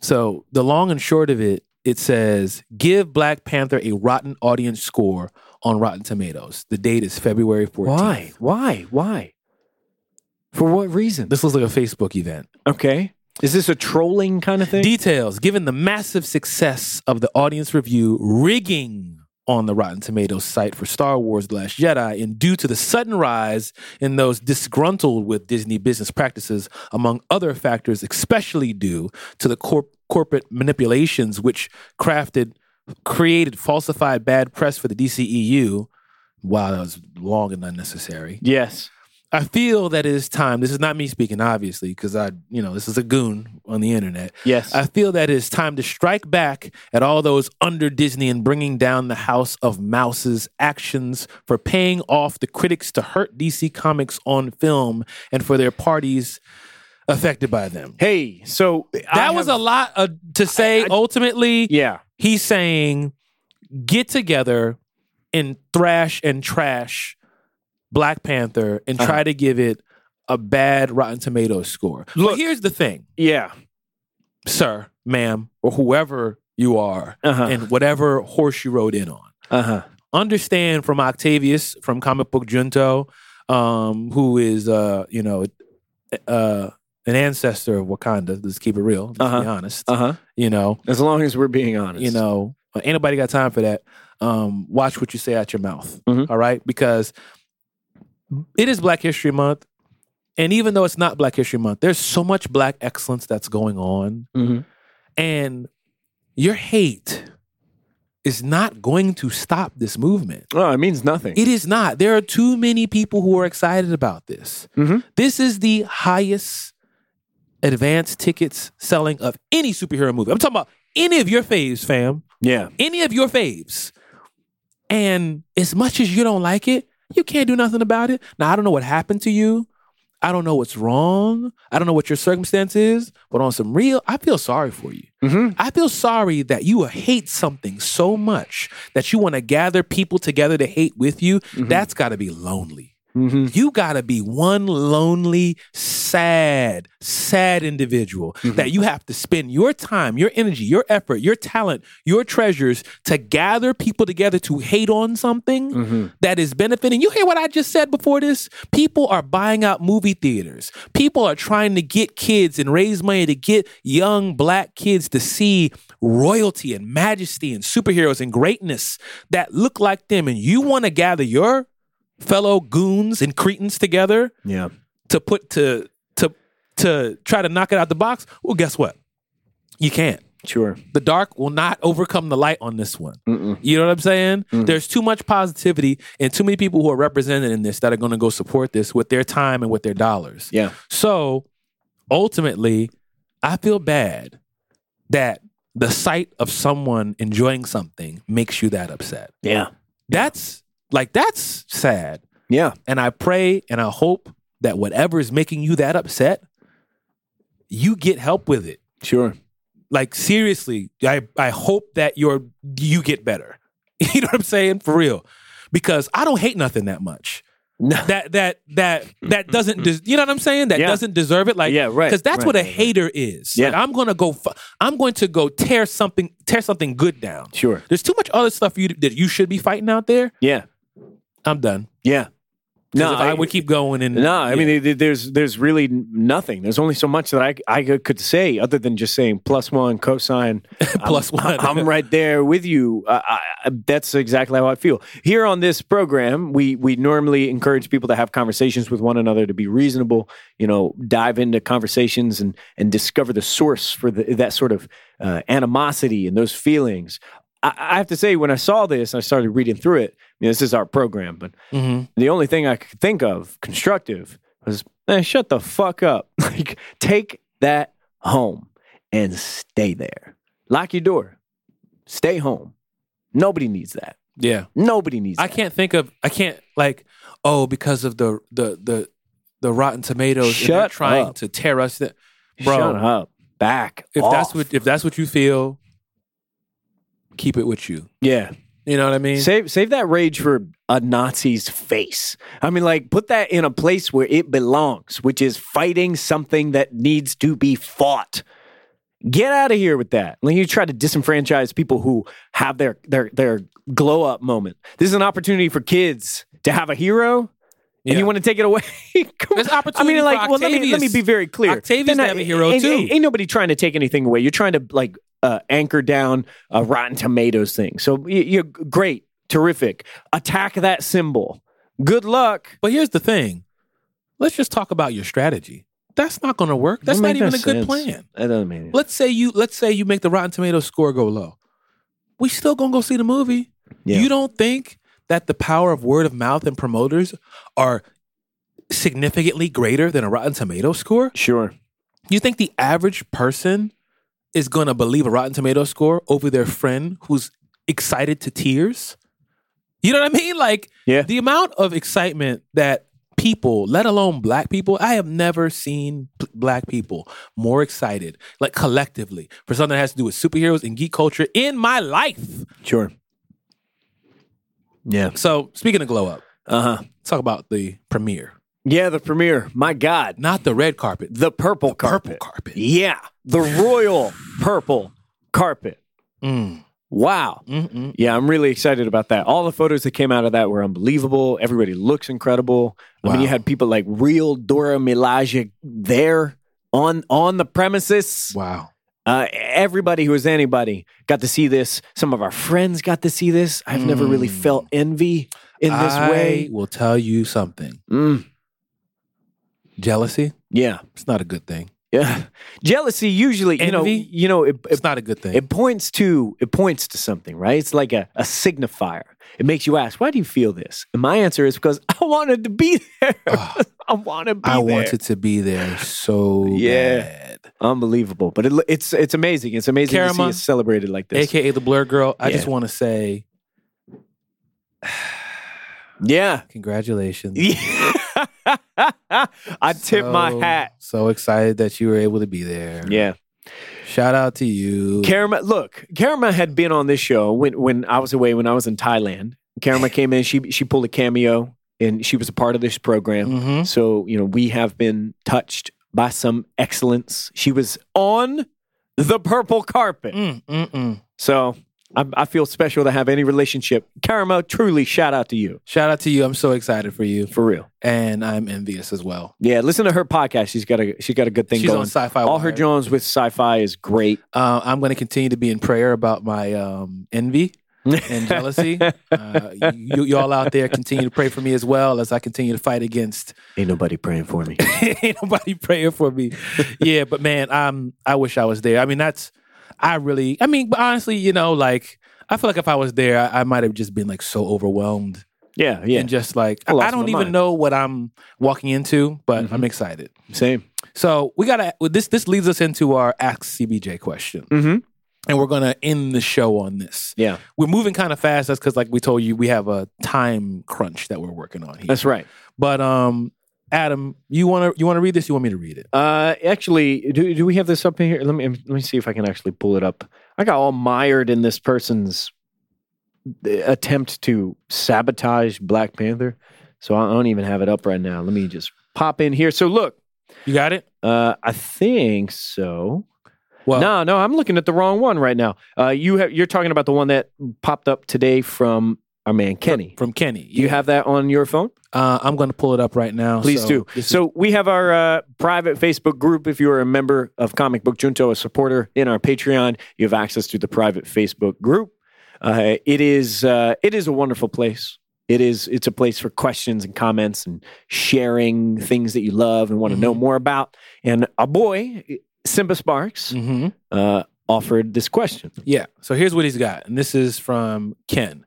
Speaker 1: So the long and short of it, it says give Black Panther a rotten audience score on Rotten Tomatoes. The date is February 14th.
Speaker 2: Why? Why? Why? For what reason?
Speaker 1: This looks like a Facebook event.
Speaker 2: Okay. Is this a trolling kind of thing?
Speaker 1: Details given the massive success of the audience review rigging on the Rotten Tomatoes site for Star Wars The Last Jedi, and due to the sudden rise in those disgruntled with Disney business practices, among other factors, especially due to the corp- corporate manipulations which crafted, created falsified bad press for the DCEU. Wow, that was long and unnecessary.
Speaker 2: yes.
Speaker 1: I feel that it is time. This is not me speaking, obviously, because I, you know, this is a goon on the internet.
Speaker 2: Yes.
Speaker 1: I feel that it is time to strike back at all those under Disney and bringing down the House of Mouse's actions for paying off the critics to hurt DC Comics on film and for their parties affected by them.
Speaker 2: hey, so
Speaker 1: That was a lot uh, to say. ultimately,
Speaker 2: yeah.
Speaker 1: he's saying get together and thrash and trash Black Panther
Speaker 2: Uh-huh.
Speaker 1: and try to give it a bad Rotten Tomatoes score. but
Speaker 2: Look-
Speaker 1: here's the thing
Speaker 2: Yeah.
Speaker 1: sir, ma'am, or whoever you are,
Speaker 2: Uh-huh.
Speaker 1: and whatever horse you rode in on.
Speaker 2: Uh huh.
Speaker 1: Understand from Octavius from Comic Book Junto, um, who is uh, you know uh, an ancestor of Wakanda. Let's keep it real. Let's be
Speaker 2: Uh-huh.
Speaker 1: honest.
Speaker 2: Uh huh.
Speaker 1: You know,
Speaker 2: As long as we're being honest.
Speaker 1: you know, ain't nobody got time for that. Um, watch what you say out your mouth.
Speaker 2: Mhm.
Speaker 1: all right, because it is Black History Month. And even though it's not Black History Month, there's so much black excellence that's going on
Speaker 2: Mhm.
Speaker 1: and your hate is not going to stop this movement.
Speaker 2: Oh, it means nothing.
Speaker 1: It is not. There are too many people who are excited about this.
Speaker 2: Mhm.
Speaker 1: This is the highest advance tickets selling of any superhero movie. I'm talking about any of your faves, fam.
Speaker 2: yeah.
Speaker 1: Any of your faves. And as much as you don't like it, you can't do nothing about it. Now, I don't know what happened to you. I don't know what's wrong. I don't know what your circumstance is, but on some real, I feel sorry for you.
Speaker 2: Mhm.
Speaker 1: I feel sorry that you hate something so much that you want to gather people together to hate with you. That's got to be lonely.
Speaker 2: Mhm.
Speaker 1: You got to be one lonely, sad, sad individual that you have to spend your time, your energy, your effort, your talent, your treasures to gather people together to hate on something that is benefiting. You hear what I just said before this? People are buying out movie theaters. People are trying to get kids and raise money to get young black kids to see royalty and majesty and superheroes and greatness that look like them. And you want to gather your fellow goons and cretins together
Speaker 2: Yeah.
Speaker 1: to put to to to try to knock it out the box well guess what you can't
Speaker 2: Sure.
Speaker 1: the dark will not overcome the light on this one you know what i'm saying there's too much positivity and too many people who are represented in this that are going to go support this with their time and with their dollars
Speaker 2: Yeah.
Speaker 1: so ultimately, I feel bad that the sight of someone enjoying something makes you that upset.
Speaker 2: Yeah.
Speaker 1: That's like that's sad.
Speaker 2: Yeah.
Speaker 1: And I pray and I hope that whatever is making you that upset, you get help with it.
Speaker 2: Sure.
Speaker 1: Like seriously, I I hope that you're you get better. *laughs* You know what I'm saying? For real. Because I don't hate nothing that much
Speaker 2: No.
Speaker 1: that that that that doesn't des- you know what I'm saying that
Speaker 2: Yeah.
Speaker 1: doesn't deserve it like
Speaker 2: Yeah, right,
Speaker 1: because that's
Speaker 2: right,
Speaker 1: what a
Speaker 2: right, right.
Speaker 1: hater is Like,
Speaker 2: Yeah.
Speaker 1: I'm gonna go fu- I'm going to go tear something tear something good down
Speaker 2: Sure.
Speaker 1: there's too much other stuff for you to, that you should be fighting out there
Speaker 2: Yeah.
Speaker 1: I'm done
Speaker 2: Yeah.
Speaker 1: 'Cause if I, would keep going and
Speaker 2: No, I
Speaker 1: yeah.
Speaker 2: mean, th- th- there's there's really n- nothing. There's only so much that I, I could- could say other than just saying plus
Speaker 1: *laughs*
Speaker 2: one, cosine.
Speaker 1: Plus
Speaker 2: I'm-
Speaker 1: one.
Speaker 2: I'm
Speaker 1: *laughs*
Speaker 2: right there with you. Uh, I, I- that's exactly how I feel. Here on this program, we, we normally encourage people to have conversations with one another, to be reasonable, you know, dive into conversations and, and discover the source for the, that sort of uh, animosity and those feelings. I, I have to say, when I saw this, I started reading through it. You know, this is our program, but
Speaker 1: Mm-hmm.
Speaker 2: the only thing I could think of constructive was, man, shut the fuck up. *laughs* Like, take that home and stay there. Lock your door. Stay home. Nobody needs that.
Speaker 1: Yeah.
Speaker 2: Nobody needs.
Speaker 1: I
Speaker 2: that.
Speaker 1: can't think of. I can't like. Oh, because of the the the the Rotten Tomatoes. and they're
Speaker 2: Shut
Speaker 1: trying
Speaker 2: up.
Speaker 1: to tear us. Th- bro,
Speaker 2: Shut up. Back.
Speaker 1: if that's
Speaker 2: off.
Speaker 1: what if that's what you feel, keep it with you.
Speaker 2: Yeah.
Speaker 1: You know what I mean?
Speaker 2: Save save that rage for a Nazi's face. I mean, like put that in a place where it belongs, which is fighting something that needs to be fought. Get out of here with that. Like you try to disenfranchise people who have their their their glow up moment. This is an opportunity for kids to have a hero. And
Speaker 1: Yeah.
Speaker 2: you want to take it away? *laughs* Come
Speaker 1: There's
Speaker 2: on. I
Speaker 1: opportunity
Speaker 2: mean, like,
Speaker 1: for
Speaker 2: well, let me let me
Speaker 1: Octavius.
Speaker 2: be very clear.
Speaker 1: Octavius
Speaker 2: They're
Speaker 1: to have a hero,
Speaker 2: ain't,
Speaker 1: too.
Speaker 2: Ain't, ain't nobody trying to take anything away. You're trying to like uh, anchor down a Rotten Tomatoes thing. So y- you're great, terrific. Attack that symbol. Good luck.
Speaker 1: But here's the thing. Let's just talk about your strategy. That's not going to work. That's
Speaker 2: Doesn't
Speaker 1: not
Speaker 2: make no
Speaker 1: even a good
Speaker 2: sense.
Speaker 1: plan.
Speaker 2: That doesn't mean it.
Speaker 1: Let's say you let's say you make the Rotten Tomatoes score go low. We still gonna go see the movie.
Speaker 2: Yeah.
Speaker 1: You don't think that the power of word of mouth and promoters are significantly greater than a Rotten Tomato score?
Speaker 2: Sure.
Speaker 1: You think the average person is gonna believe a Rotten Tomato score over their friend who's excited to tears? You know what I mean? Like *laughs*
Speaker 2: Yeah.
Speaker 1: the amount of excitement that people, let alone black people, I have never seen p- black people more excited, like collectively, for something that has to do with superheroes and geek culture in my life.
Speaker 2: Sure. Yeah.
Speaker 1: So, speaking of glow up,
Speaker 2: Uh huh.
Speaker 1: let's talk about the premiere,
Speaker 2: Yeah. The premiere. My God.
Speaker 1: not the red carpet, the
Speaker 2: The purple carpet.
Speaker 1: purple carpet.
Speaker 2: Yeah. The royal purple carpet.
Speaker 1: Mm.
Speaker 2: Wow.
Speaker 1: Mm-mm.
Speaker 2: Yeah, I'm really excited about that. All the photos that came out of that were unbelievable. Everybody looks incredible. I mean,
Speaker 1: Wow.
Speaker 2: you had people like real Dora Milaje there on on the premises.
Speaker 1: Wow.
Speaker 2: Uh, everybody who was anybody got to see this. Some of our friends got to see this. I've never really
Speaker 1: Mm.
Speaker 2: felt envy in this
Speaker 1: I
Speaker 2: way.
Speaker 1: will tell you something.
Speaker 2: Mm,
Speaker 1: Jealousy,
Speaker 2: yeah,
Speaker 1: it's not a good thing.
Speaker 2: yeah. *laughs* Jealousy usually, you know,
Speaker 1: Envy?
Speaker 2: you know, it, it
Speaker 1: It's not a good thing.
Speaker 2: It points to it points to something, right? It's like a, a signifier. It makes you ask, why do you feel this? And my answer is because *laughs* I wanted to be there.
Speaker 1: Ugh.
Speaker 2: *laughs* I want to be
Speaker 1: Ah, I
Speaker 2: there.
Speaker 1: wanted to be there so
Speaker 2: Yeah.
Speaker 1: bad.
Speaker 2: Unbelievable. But it, it's it's amazing. It's amazing to see
Speaker 1: Karma.
Speaker 2: it celebrated like this.
Speaker 1: aka the blur girl i just
Speaker 2: Yeah.
Speaker 1: want to say
Speaker 2: yeah. *laughs*
Speaker 1: congratulations
Speaker 2: Yeah. I tip my
Speaker 1: So-
Speaker 2: hat.
Speaker 1: so excited that you were able to be there
Speaker 2: Yeah.
Speaker 1: shout out to you
Speaker 2: Karma, look, Karma had been on this show when, when I was away, when I was in Thailand. Karma came in, she she pulled a cameo and she was a part of this program.
Speaker 1: Mhm.
Speaker 2: So, you know, we have been touched by some excellence. She was on the purple carpet.
Speaker 1: Mm, mm, mm.
Speaker 2: So I, I feel special to have any relationship. Karma, truly shout out to you
Speaker 1: shout out to you i'm so excited for you
Speaker 2: for real.
Speaker 1: and i'm envious as well
Speaker 2: Yeah, listen to her podcast. She's got a she's got a good thing
Speaker 1: she's
Speaker 2: going.
Speaker 1: on sci-fi
Speaker 2: All her
Speaker 1: Wire.
Speaker 2: Jones with sci-fi is great.
Speaker 1: uh, i'm going to continue to be in prayer about my um, envy and
Speaker 2: *laughs*
Speaker 1: jealousy uh, you, y'all out there continue to pray for me as well as i continue to fight against
Speaker 2: Ain't nobody praying for me.
Speaker 1: *laughs* ain't nobody praying for me. yeah, but man, um, I wish I was there. I mean, that's I really. I mean, but honestly, you know, like I feel like if I was there, I, I might have just been like so overwhelmed
Speaker 2: yeah, yeah,
Speaker 1: and just like I,
Speaker 2: I lost
Speaker 1: I don't
Speaker 2: my
Speaker 1: even
Speaker 2: mind. Mm-hmm.
Speaker 1: know what I'm walking into, but I'm excited.
Speaker 2: *laughs* same.
Speaker 1: So we gotta. well, This this leads us into our Ask CBJ question,
Speaker 2: Mm-hmm.
Speaker 1: and we're gonna end the show on this.
Speaker 2: Yeah,
Speaker 1: We're moving kind of fast. That's because, like we told you, we have a time crunch that we're working on here.
Speaker 2: that's right.
Speaker 1: But um, Adam, you wanna you wanna read this? You want me to read it?
Speaker 2: Uh, actually, do, do we have this up in here? Let me let me see if I can actually pull it up. I got all mired in this person's attempt to sabotage Black Panther, so I don't even have it up right now. Let me just pop in here. So look,
Speaker 1: You got it.
Speaker 2: uh, I think so.
Speaker 1: Well,
Speaker 2: no, no, I'm looking at the wrong one right now. Uh, you have you're talking about the one that popped up today from our man Kenny.
Speaker 1: from Kenny.
Speaker 2: Do you have that on your phone?
Speaker 1: Uh, I'm going to pull it up right now.
Speaker 2: Please
Speaker 1: so
Speaker 2: do.
Speaker 1: this is-
Speaker 2: So we have our uh, private Facebook group. If you are a member of Comic Book Junto, a supporter in our Patreon, you have access to the private Facebook group. Uh, it is uh, it is a wonderful place. It is it's a place for questions and comments and sharing things that you love and want to know more about. And our boy Simba Sparks
Speaker 1: Mhm.
Speaker 2: uh, offered this question.
Speaker 1: yeah. So here's what he's got, and this is from Ken.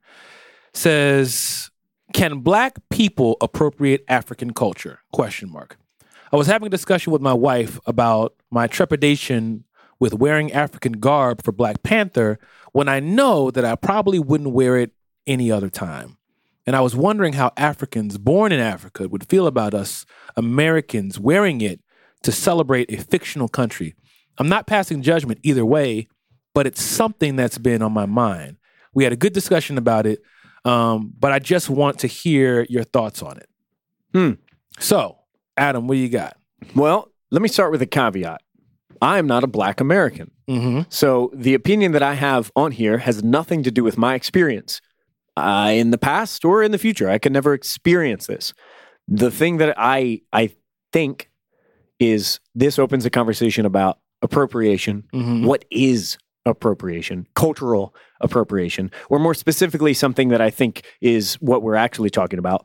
Speaker 1: Says, can black people appropriate African culture? Question mark. I was having a discussion with my wife about my trepidation with wearing African garb for Black Panther when I know that I probably wouldn't wear it any other time. And I was wondering how Africans born in Africa would feel about us Americans wearing it to celebrate a fictional country. I'm not passing judgment either way, but it's something that's been on my mind. We had a good discussion about it, um, but I just want to hear your thoughts on it.
Speaker 2: Hmm.
Speaker 1: So, Adam, what do you got?
Speaker 2: Well, let me start with a caveat. I am not a black American.
Speaker 1: Mm-hmm.
Speaker 2: So the opinion that I have on here has nothing to do with my experience uh, in the past or in the future. I can never experience this. The thing that I I think is this opens a conversation about appropriation.
Speaker 1: Mhm.
Speaker 2: What is appropriation? Cultural appropriation, or more specifically, something that I think is what we're actually talking about: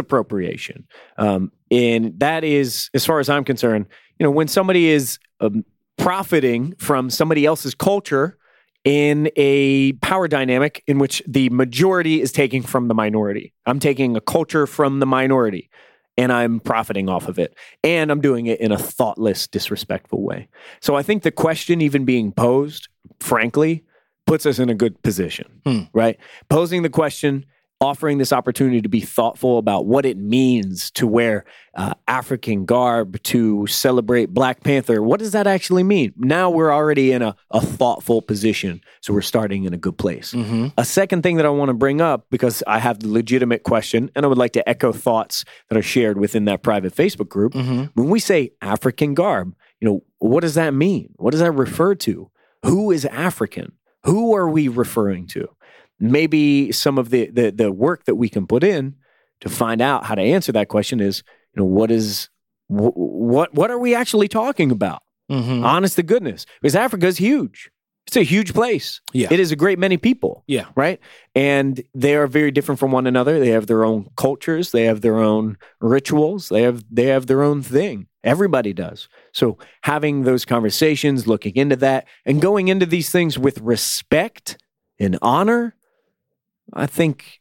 Speaker 2: misappropriation. Um, and that is, as far as I'm concerned, you know, when somebody is um, profiting from somebody else's culture in a power dynamic in which the majority is taking from the minority. I'm taking a culture from the minority and I'm profiting off of it. And I'm doing it in a thoughtless, disrespectful way. So I think the question, even being posed, frankly, puts us in a good position,
Speaker 1: Hmm.
Speaker 2: right? Posing the question, offering this opportunity to be thoughtful about what it means to wear uh, African garb to celebrate Black Panther. What does that actually mean? Now we're already in a, a thoughtful position. So we're starting in a good place.
Speaker 1: Mm-hmm.
Speaker 2: A second thing that I want to bring up because I have the legitimate question and I would like to echo thoughts that are shared within that private Facebook group.
Speaker 1: Mm-hmm.
Speaker 2: When we say African garb, you know, what does that mean? What does that refer to? Who is African? Who are we referring to? Maybe some of the the, the work that we can put in to find out how to answer that question is, you know, what is wh- what what are we actually talking about?
Speaker 1: Mm-hmm.
Speaker 2: Honest to goodness, because Africa is huge. It's a huge place.
Speaker 1: Yeah.
Speaker 2: It is a great many people
Speaker 1: yeah.
Speaker 2: right? And they are very different from one another. They have their own cultures, they have their own rituals, they have they have their own thing. Everybody does. So having those conversations, looking into that, and going into these things with respect and honor, I think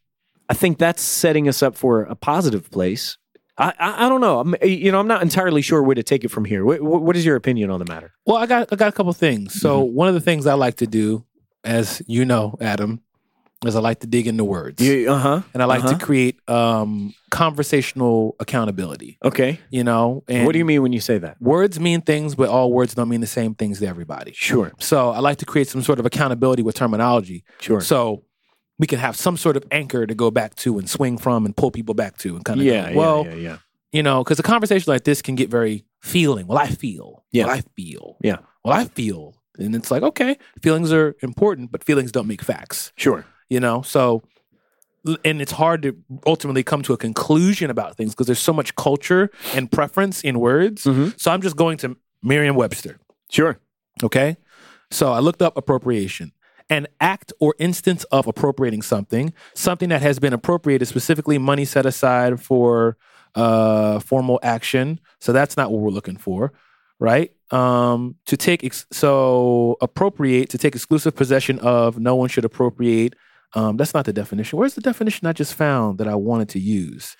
Speaker 2: I think that's setting us up for a positive place. I, I, I don't know. I'm, you know, I'm not entirely sure where to take it from here. What, what is your opinion on the matter?
Speaker 1: Well, I got I got a couple things. So one of the things I like to do, as you know, Adam, is I like to dig into words,
Speaker 2: Uh huh.
Speaker 1: and I like
Speaker 2: uh-huh.
Speaker 1: to create um, conversational accountability.
Speaker 2: Okay.
Speaker 1: You know, and
Speaker 2: what do you mean when you say that?
Speaker 1: Words mean things, but all words don't mean the same things to everybody.
Speaker 2: Sure.
Speaker 1: So I like to create some sort of accountability with terminology,
Speaker 2: Sure.
Speaker 1: so we can have some sort of anchor to go back to and swing from and pull people back to and kind of
Speaker 2: yeah,
Speaker 1: Go, well,
Speaker 2: yeah. Yeah. Yeah.
Speaker 1: you know, because a conversation like this can get very feeling. Well, I feel.
Speaker 2: Yeah.
Speaker 1: Well, I feel.
Speaker 2: Yeah.
Speaker 1: Well, I feel. And it's like, okay, feelings are important, but feelings don't make facts,
Speaker 2: Sure.
Speaker 1: you know? So, l- and it's hard to ultimately come to a conclusion about things because there's so much culture and preference in words.
Speaker 2: Mhm.
Speaker 1: So I'm just going to Merriam Webster,
Speaker 2: Sure.
Speaker 1: okay? So I looked up appropriation. An act or instance of appropriating something, something that has been appropriated, specifically money set aside for uh, formal action. So that's not what we're looking for, right? Um, to take ex- so appropriate to take exclusive possession of. No one should appropriate. Um, that's not the definition. Where's the definition I just found that I wanted to use?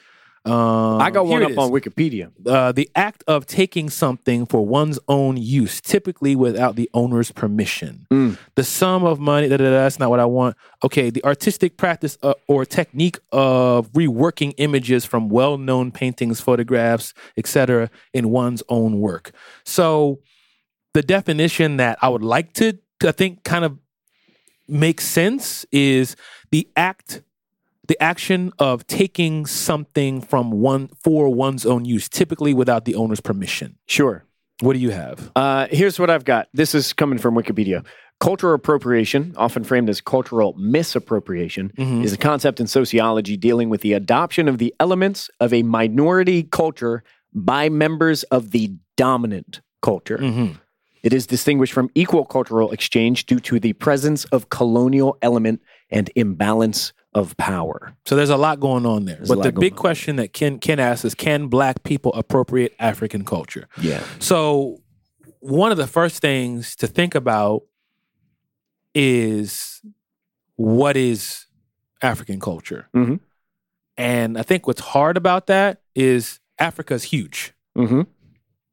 Speaker 1: Um,
Speaker 2: I got
Speaker 1: here
Speaker 2: one
Speaker 1: it
Speaker 2: up
Speaker 1: is
Speaker 2: on Wikipedia.
Speaker 1: uh, the act of taking something for one's own use, typically without the owner's permission.
Speaker 2: Mm.
Speaker 1: The sum of money, da, da, da, that's not what I want. Okay, the artistic practice uh, or technique of reworking images from well known paintings, photographs, etc., in one's own work. So, the definition that I would like to, I think, kind of makes sense is the act the action of taking something from one for one's own use, typically without the owner's permission.
Speaker 2: Sure.
Speaker 1: What do you have?
Speaker 2: Uh, here's what I've got. This is coming from Wikipedia. Cultural appropriation, often framed as cultural misappropriation,
Speaker 1: Mm-hmm.
Speaker 2: is a concept in sociology dealing with the adoption of the elements of a minority culture by members of the dominant culture.
Speaker 1: Mm-hmm.
Speaker 2: It is distinguished from equal cultural exchange due to the presence of colonial element and imbalance of power.
Speaker 1: So there's a lot going on there. but
Speaker 2: a
Speaker 1: the
Speaker 2: lot going
Speaker 1: big
Speaker 2: on.
Speaker 1: question that Ken Ken asks is, can Black people appropriate African culture?
Speaker 2: Yeah.
Speaker 1: So one of the first things to think about is what is African culture,
Speaker 2: Mhm.
Speaker 1: and I think what's hard about that is Africa's huge.
Speaker 2: Mm-hmm.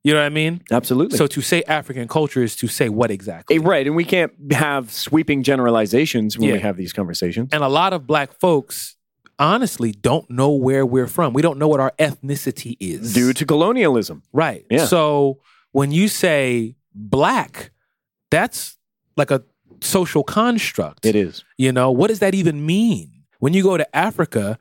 Speaker 1: You know what I mean?
Speaker 2: Absolutely.
Speaker 1: So to say African culture is to say what exactly?
Speaker 2: Eh, right, and we can't have sweeping generalizations when
Speaker 1: Yeah.
Speaker 2: we have these conversations.
Speaker 1: And a lot of black folks honestly don't know where we're from. We don't know what our ethnicity is.
Speaker 2: Due to colonialism.
Speaker 1: Right.
Speaker 2: Yeah.
Speaker 1: So when you say black, that's like a social construct.
Speaker 2: It is.
Speaker 1: You know, what does that even mean? When you go to Africa,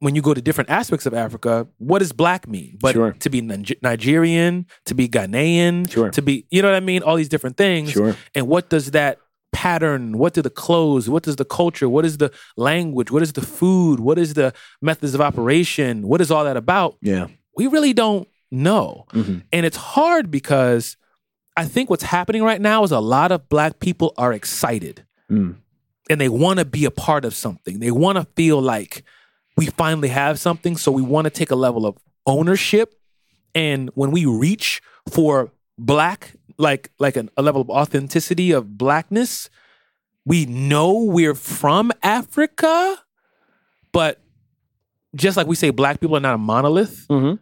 Speaker 1: when you go to different aspects of Africa, what does black mean? But
Speaker 2: Sure.
Speaker 1: to be Nige- Nigerian, to be Ghanaian,
Speaker 2: Sure.
Speaker 1: to be, you know what I mean? All these different things.
Speaker 2: Sure.
Speaker 1: And what does that pattern, what do the clothes, what does the culture, what is the language, what is the food, what is the methods of operation, what is all that about?
Speaker 2: Yeah.
Speaker 1: we really don't know.
Speaker 2: Mhm.
Speaker 1: And it's hard because I think what's happening right now is a lot of black people are excited
Speaker 2: Mm.
Speaker 1: and they want to be a part of something. They want to feel like we finally have something. So we want to take a level of ownership. And when we reach for black, like like an, a level of authenticity of blackness, we know we're from Africa, but just like we say black people are not a monolith,
Speaker 2: Mhm.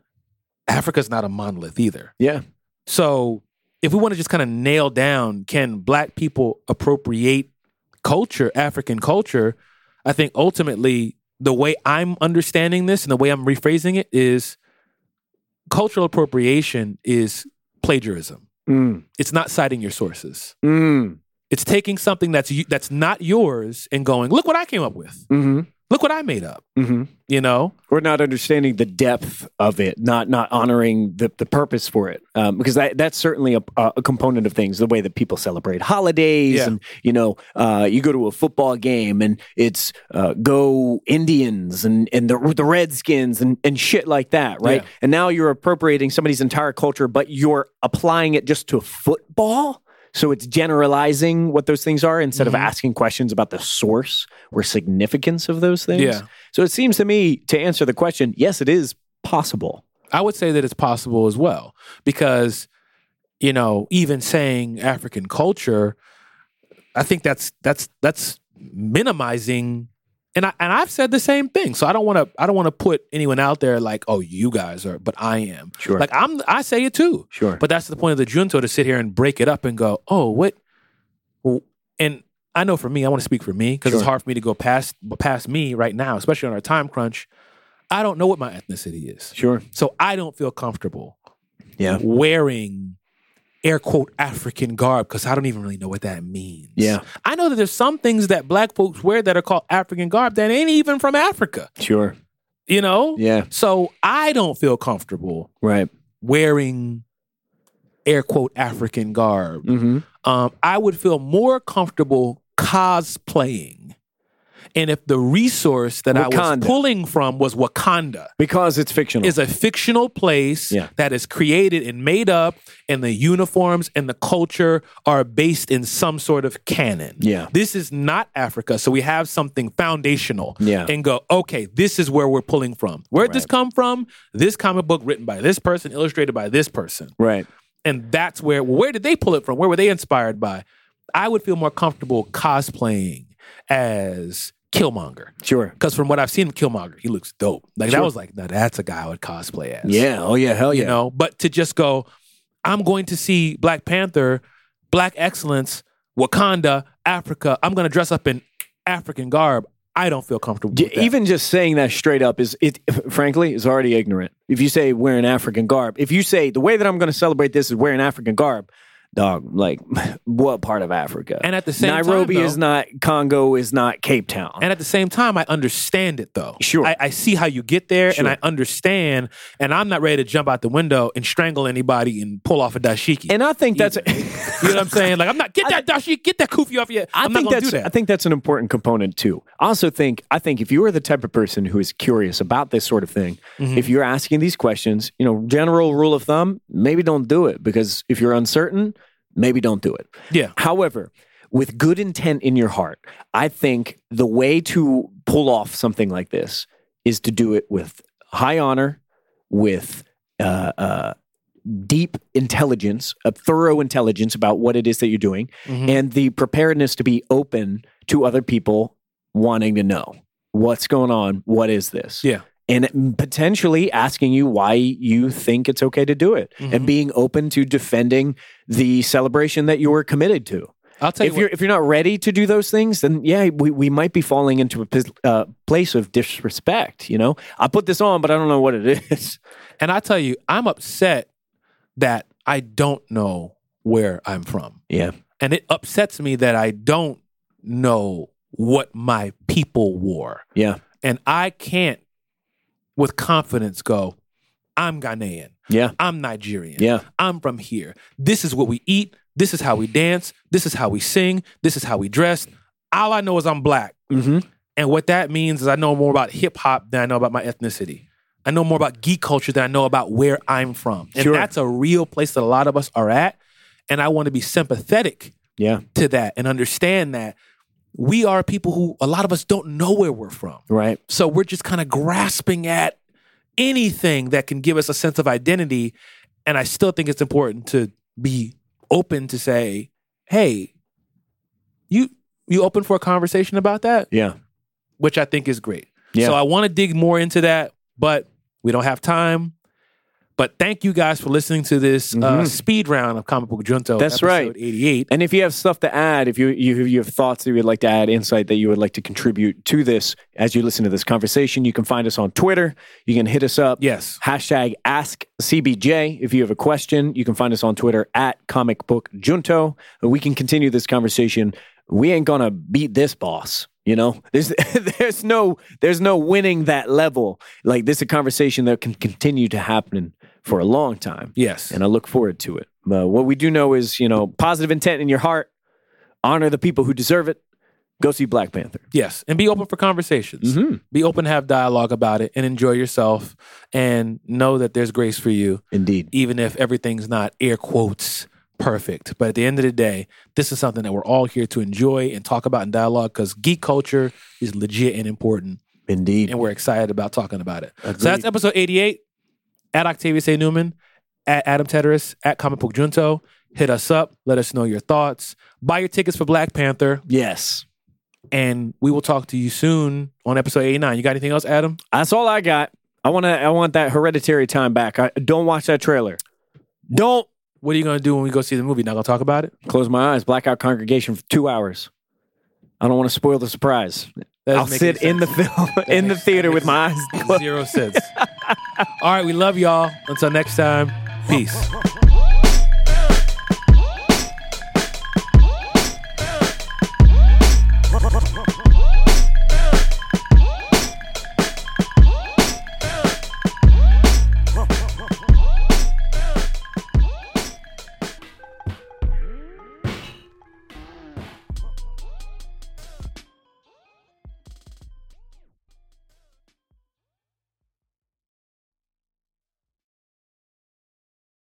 Speaker 1: Africa's not a monolith either.
Speaker 2: Yeah.
Speaker 1: So if we want to just kind of nail down, can black people appropriate culture, African culture? I think ultimately the way I'm understanding this and the way I'm rephrasing it is cultural appropriation is plagiarism.
Speaker 2: Mm.
Speaker 1: It's not citing your sources.
Speaker 2: Mm.
Speaker 1: It's taking something that's you, that's not yours and going, look what I came up with.
Speaker 2: Mm-hmm.
Speaker 1: Look what I made up.
Speaker 2: Mm-hmm.
Speaker 1: You know,
Speaker 2: We're not understanding the depth of it, not not honoring the, the purpose for it, um, because that that's certainly a, a component of things. The way that people celebrate holidays,
Speaker 1: Yeah.
Speaker 2: and you know, uh, you go to a football game and it's uh, go Indians and and the the Redskins and and shit like that, right?
Speaker 1: Yeah.
Speaker 2: And now you're appropriating somebody's entire culture, but you're applying it just to football. So it's generalizing what those things are instead
Speaker 1: Mm-hmm.
Speaker 2: of asking questions about the source or significance of those things.
Speaker 1: Yeah.
Speaker 2: So it seems to me to answer the question, yes, it is possible.
Speaker 1: I would say that it's possible as well because you know even saying African culture, I think that's that's that's minimizing, and I and I've said the same thing. So I don't want to I don't want to put anyone out there like oh you guys are, but I am
Speaker 2: Sure.
Speaker 1: like I'm I say it too.
Speaker 2: Sure.
Speaker 1: But that's the point of the junto to sit here and break it up and go, oh, what? w- And I know for me, I want to speak for me because it's
Speaker 2: Sure.
Speaker 1: hard for me to go past past me right now, especially on our time crunch. I don't know what my ethnicity is,
Speaker 2: sure.
Speaker 1: so I don't feel comfortable
Speaker 2: Yeah.
Speaker 1: wearing air quote African garb because I don't even really know what that means.
Speaker 2: Yeah.
Speaker 1: I know that there's some things that black folks wear that are called African garb that ain't even from Africa.
Speaker 2: Sure.
Speaker 1: You know,
Speaker 2: Yeah.
Speaker 1: so I don't feel comfortable
Speaker 2: Right.
Speaker 1: wearing air quote African garb,
Speaker 2: Mm-hmm.
Speaker 1: um, I would feel more comfortable cosplaying. And if the resource that I
Speaker 2: Wakanda.
Speaker 1: was pulling from was Wakanda,
Speaker 2: Because it's fictional.
Speaker 1: is a fictional place
Speaker 2: Yeah.
Speaker 1: that is created and made up, and the uniforms and the culture are based in some sort of canon.
Speaker 2: Yeah.
Speaker 1: This is not Africa. So we have something foundational
Speaker 2: Yeah.
Speaker 1: and go, okay, this is where we're pulling from. Where'd this
Speaker 2: Right.
Speaker 1: come from? This comic book written by this person, illustrated by this person.
Speaker 2: right.
Speaker 1: And that's where, where did they pull it from? Where were they inspired by? I would feel more comfortable cosplaying as Killmonger.
Speaker 2: Sure.
Speaker 1: Because from what I've seen of Killmonger, he looks dope. Like
Speaker 2: Sure.
Speaker 1: that was like, now that's a guy I would cosplay as.
Speaker 2: Yeah. Oh yeah. Hell yeah.
Speaker 1: You know, but to just go, I'm going to see Black Panther, Black Excellence, Wakanda, Africa. I'm going to dress up in African garb. I don't feel comfortable.
Speaker 2: D-
Speaker 1: with that.
Speaker 2: Even just saying that straight up is it *laughs* frankly is already ignorant. If you say wear an African garb, if you say the way that I'm going to celebrate this is wear an African garb, dog, like *laughs* what part of Africa?
Speaker 1: And at the same time,
Speaker 2: Nairobi
Speaker 1: though-
Speaker 2: is not Congo is not Cape Town.
Speaker 1: And at the same time, I understand it though.
Speaker 2: Sure.
Speaker 1: I, I see how you get there
Speaker 2: Sure.
Speaker 1: and I understand. And I'm not ready to jump out the window and strangle anybody and pull off a dashiki.
Speaker 2: and I think that's
Speaker 1: you know what I'm saying? Like, I'm not, get that dashiki, get that kufi off your
Speaker 2: I
Speaker 1: I'm not
Speaker 2: think
Speaker 1: going to do
Speaker 2: that's
Speaker 1: that.
Speaker 2: I think that's an important component too. I also think I think if you are the type of person who is curious about this sort of thing,
Speaker 1: Mm-hmm.
Speaker 2: if you're asking these questions, you know, general rule of thumb, maybe don't do it because if you're uncertain, maybe don't do it.
Speaker 1: yeah.
Speaker 2: However, with good intent in your heart, I think the way to pull off something like this is to do it with high honor, with uh, uh, deep intelligence, a thorough intelligence about what it is that you're doing,
Speaker 1: Mm-hmm.
Speaker 2: and the preparedness to be open to other people wanting to know what's going on, what is this.
Speaker 1: Yeah.
Speaker 2: and potentially asking you why you think it's okay to do it
Speaker 1: Mm-hmm.
Speaker 2: and being open to defending the celebration that you were committed to.
Speaker 1: I'll tell
Speaker 2: if
Speaker 1: you
Speaker 2: you're if you're not ready to do those things, then yeah, we, we might be falling into a pis- uh, place of disrespect. You know, I put this on, but I don't know what it *laughs* is.
Speaker 1: And I tell you, I'm upset that I don't know where I'm from.
Speaker 2: Yeah,
Speaker 1: And it upsets me that I don't know what my people wore.
Speaker 2: yeah,
Speaker 1: And I can't with confidence go, I'm Ghanaian.
Speaker 2: yeah,
Speaker 1: I'm Nigerian.
Speaker 2: yeah.
Speaker 1: I'm from here. This is what we eat. This is how we dance. This is how we sing. This is how we dress. All I know is I'm black.
Speaker 2: Mm-hmm.
Speaker 1: And what that means is I know more about hip hop than I know about my ethnicity. I know more about geek culture than I know about where I'm from. And
Speaker 2: Sure.
Speaker 1: that's a real place that a lot of us are at. And I want to be sympathetic
Speaker 2: Yeah,
Speaker 1: to that and understand that we are people who a lot of us don't know where we're from.
Speaker 2: right.
Speaker 1: So we're just kind of grasping at anything that can give us a sense of identity. And I still think it's important to be open to say, hey, you you open for a conversation about that?
Speaker 2: Yeah,
Speaker 1: which I think is great.
Speaker 2: Yeah.
Speaker 1: So I want to dig more into that, but we don't have time. But thank you guys for listening to this uh,
Speaker 2: Mhm.
Speaker 1: speed round of Comic Book Junto.
Speaker 2: That's
Speaker 1: episode
Speaker 2: right.
Speaker 1: 88.
Speaker 2: and if you have stuff to add, if you you you have thoughts that you would like to add, insight that you would like to contribute to this as you listen to this conversation, you can find us on Twitter. You can hit us up.
Speaker 1: Yes.
Speaker 2: Hashtag ask CBJ. If you have a question, you can find us on Twitter at comic book junto. We can continue this conversation. We ain't gonna beat this boss. You know, *laughs* there's there's no there's no winning that level. Like this is a conversation that can continue to happen for a long time.
Speaker 1: Yes.
Speaker 2: And I look forward to it. Uh, what we do know is, you know, positive intent in your heart, honor the people who deserve it. Go see Black Panther.
Speaker 1: yes. And be open for conversations.
Speaker 2: Mm-hmm.
Speaker 1: Be open to have dialogue about it and enjoy yourself and know that there's grace for you,
Speaker 2: Indeed.
Speaker 1: even if everything's not air quotes perfect. But at the end of the day, this is something that we're all here to enjoy and talk about in dialogue because geek culture is legit and important.
Speaker 2: Indeed.
Speaker 1: and we're excited about talking about it. So that's episode 88 at Octavius A. Newman, at Adam Teteris, at Comic Book Junto. Hit us up. Let us know your thoughts. Buy your tickets for Black Panther,
Speaker 2: yes.
Speaker 1: and we will talk to you soon on episode 89. You got anything else, Adam?
Speaker 2: That's all I got. I want to. I want that hereditary time back. I don't watch that trailer. Don't
Speaker 1: What are you going to do when we go see the movie? Not going to talk about it?
Speaker 2: close my eyes. Blackout congregation for two hours. I don't want to spoil the surprise.
Speaker 1: That
Speaker 2: I'll
Speaker 1: doesn't make any
Speaker 2: sit in the film *laughs* in the
Speaker 1: makes-
Speaker 2: theater
Speaker 1: *laughs*
Speaker 2: with my eyes *laughs*
Speaker 1: sense. Zero sense. All right, we love y'all. Until next time, peace.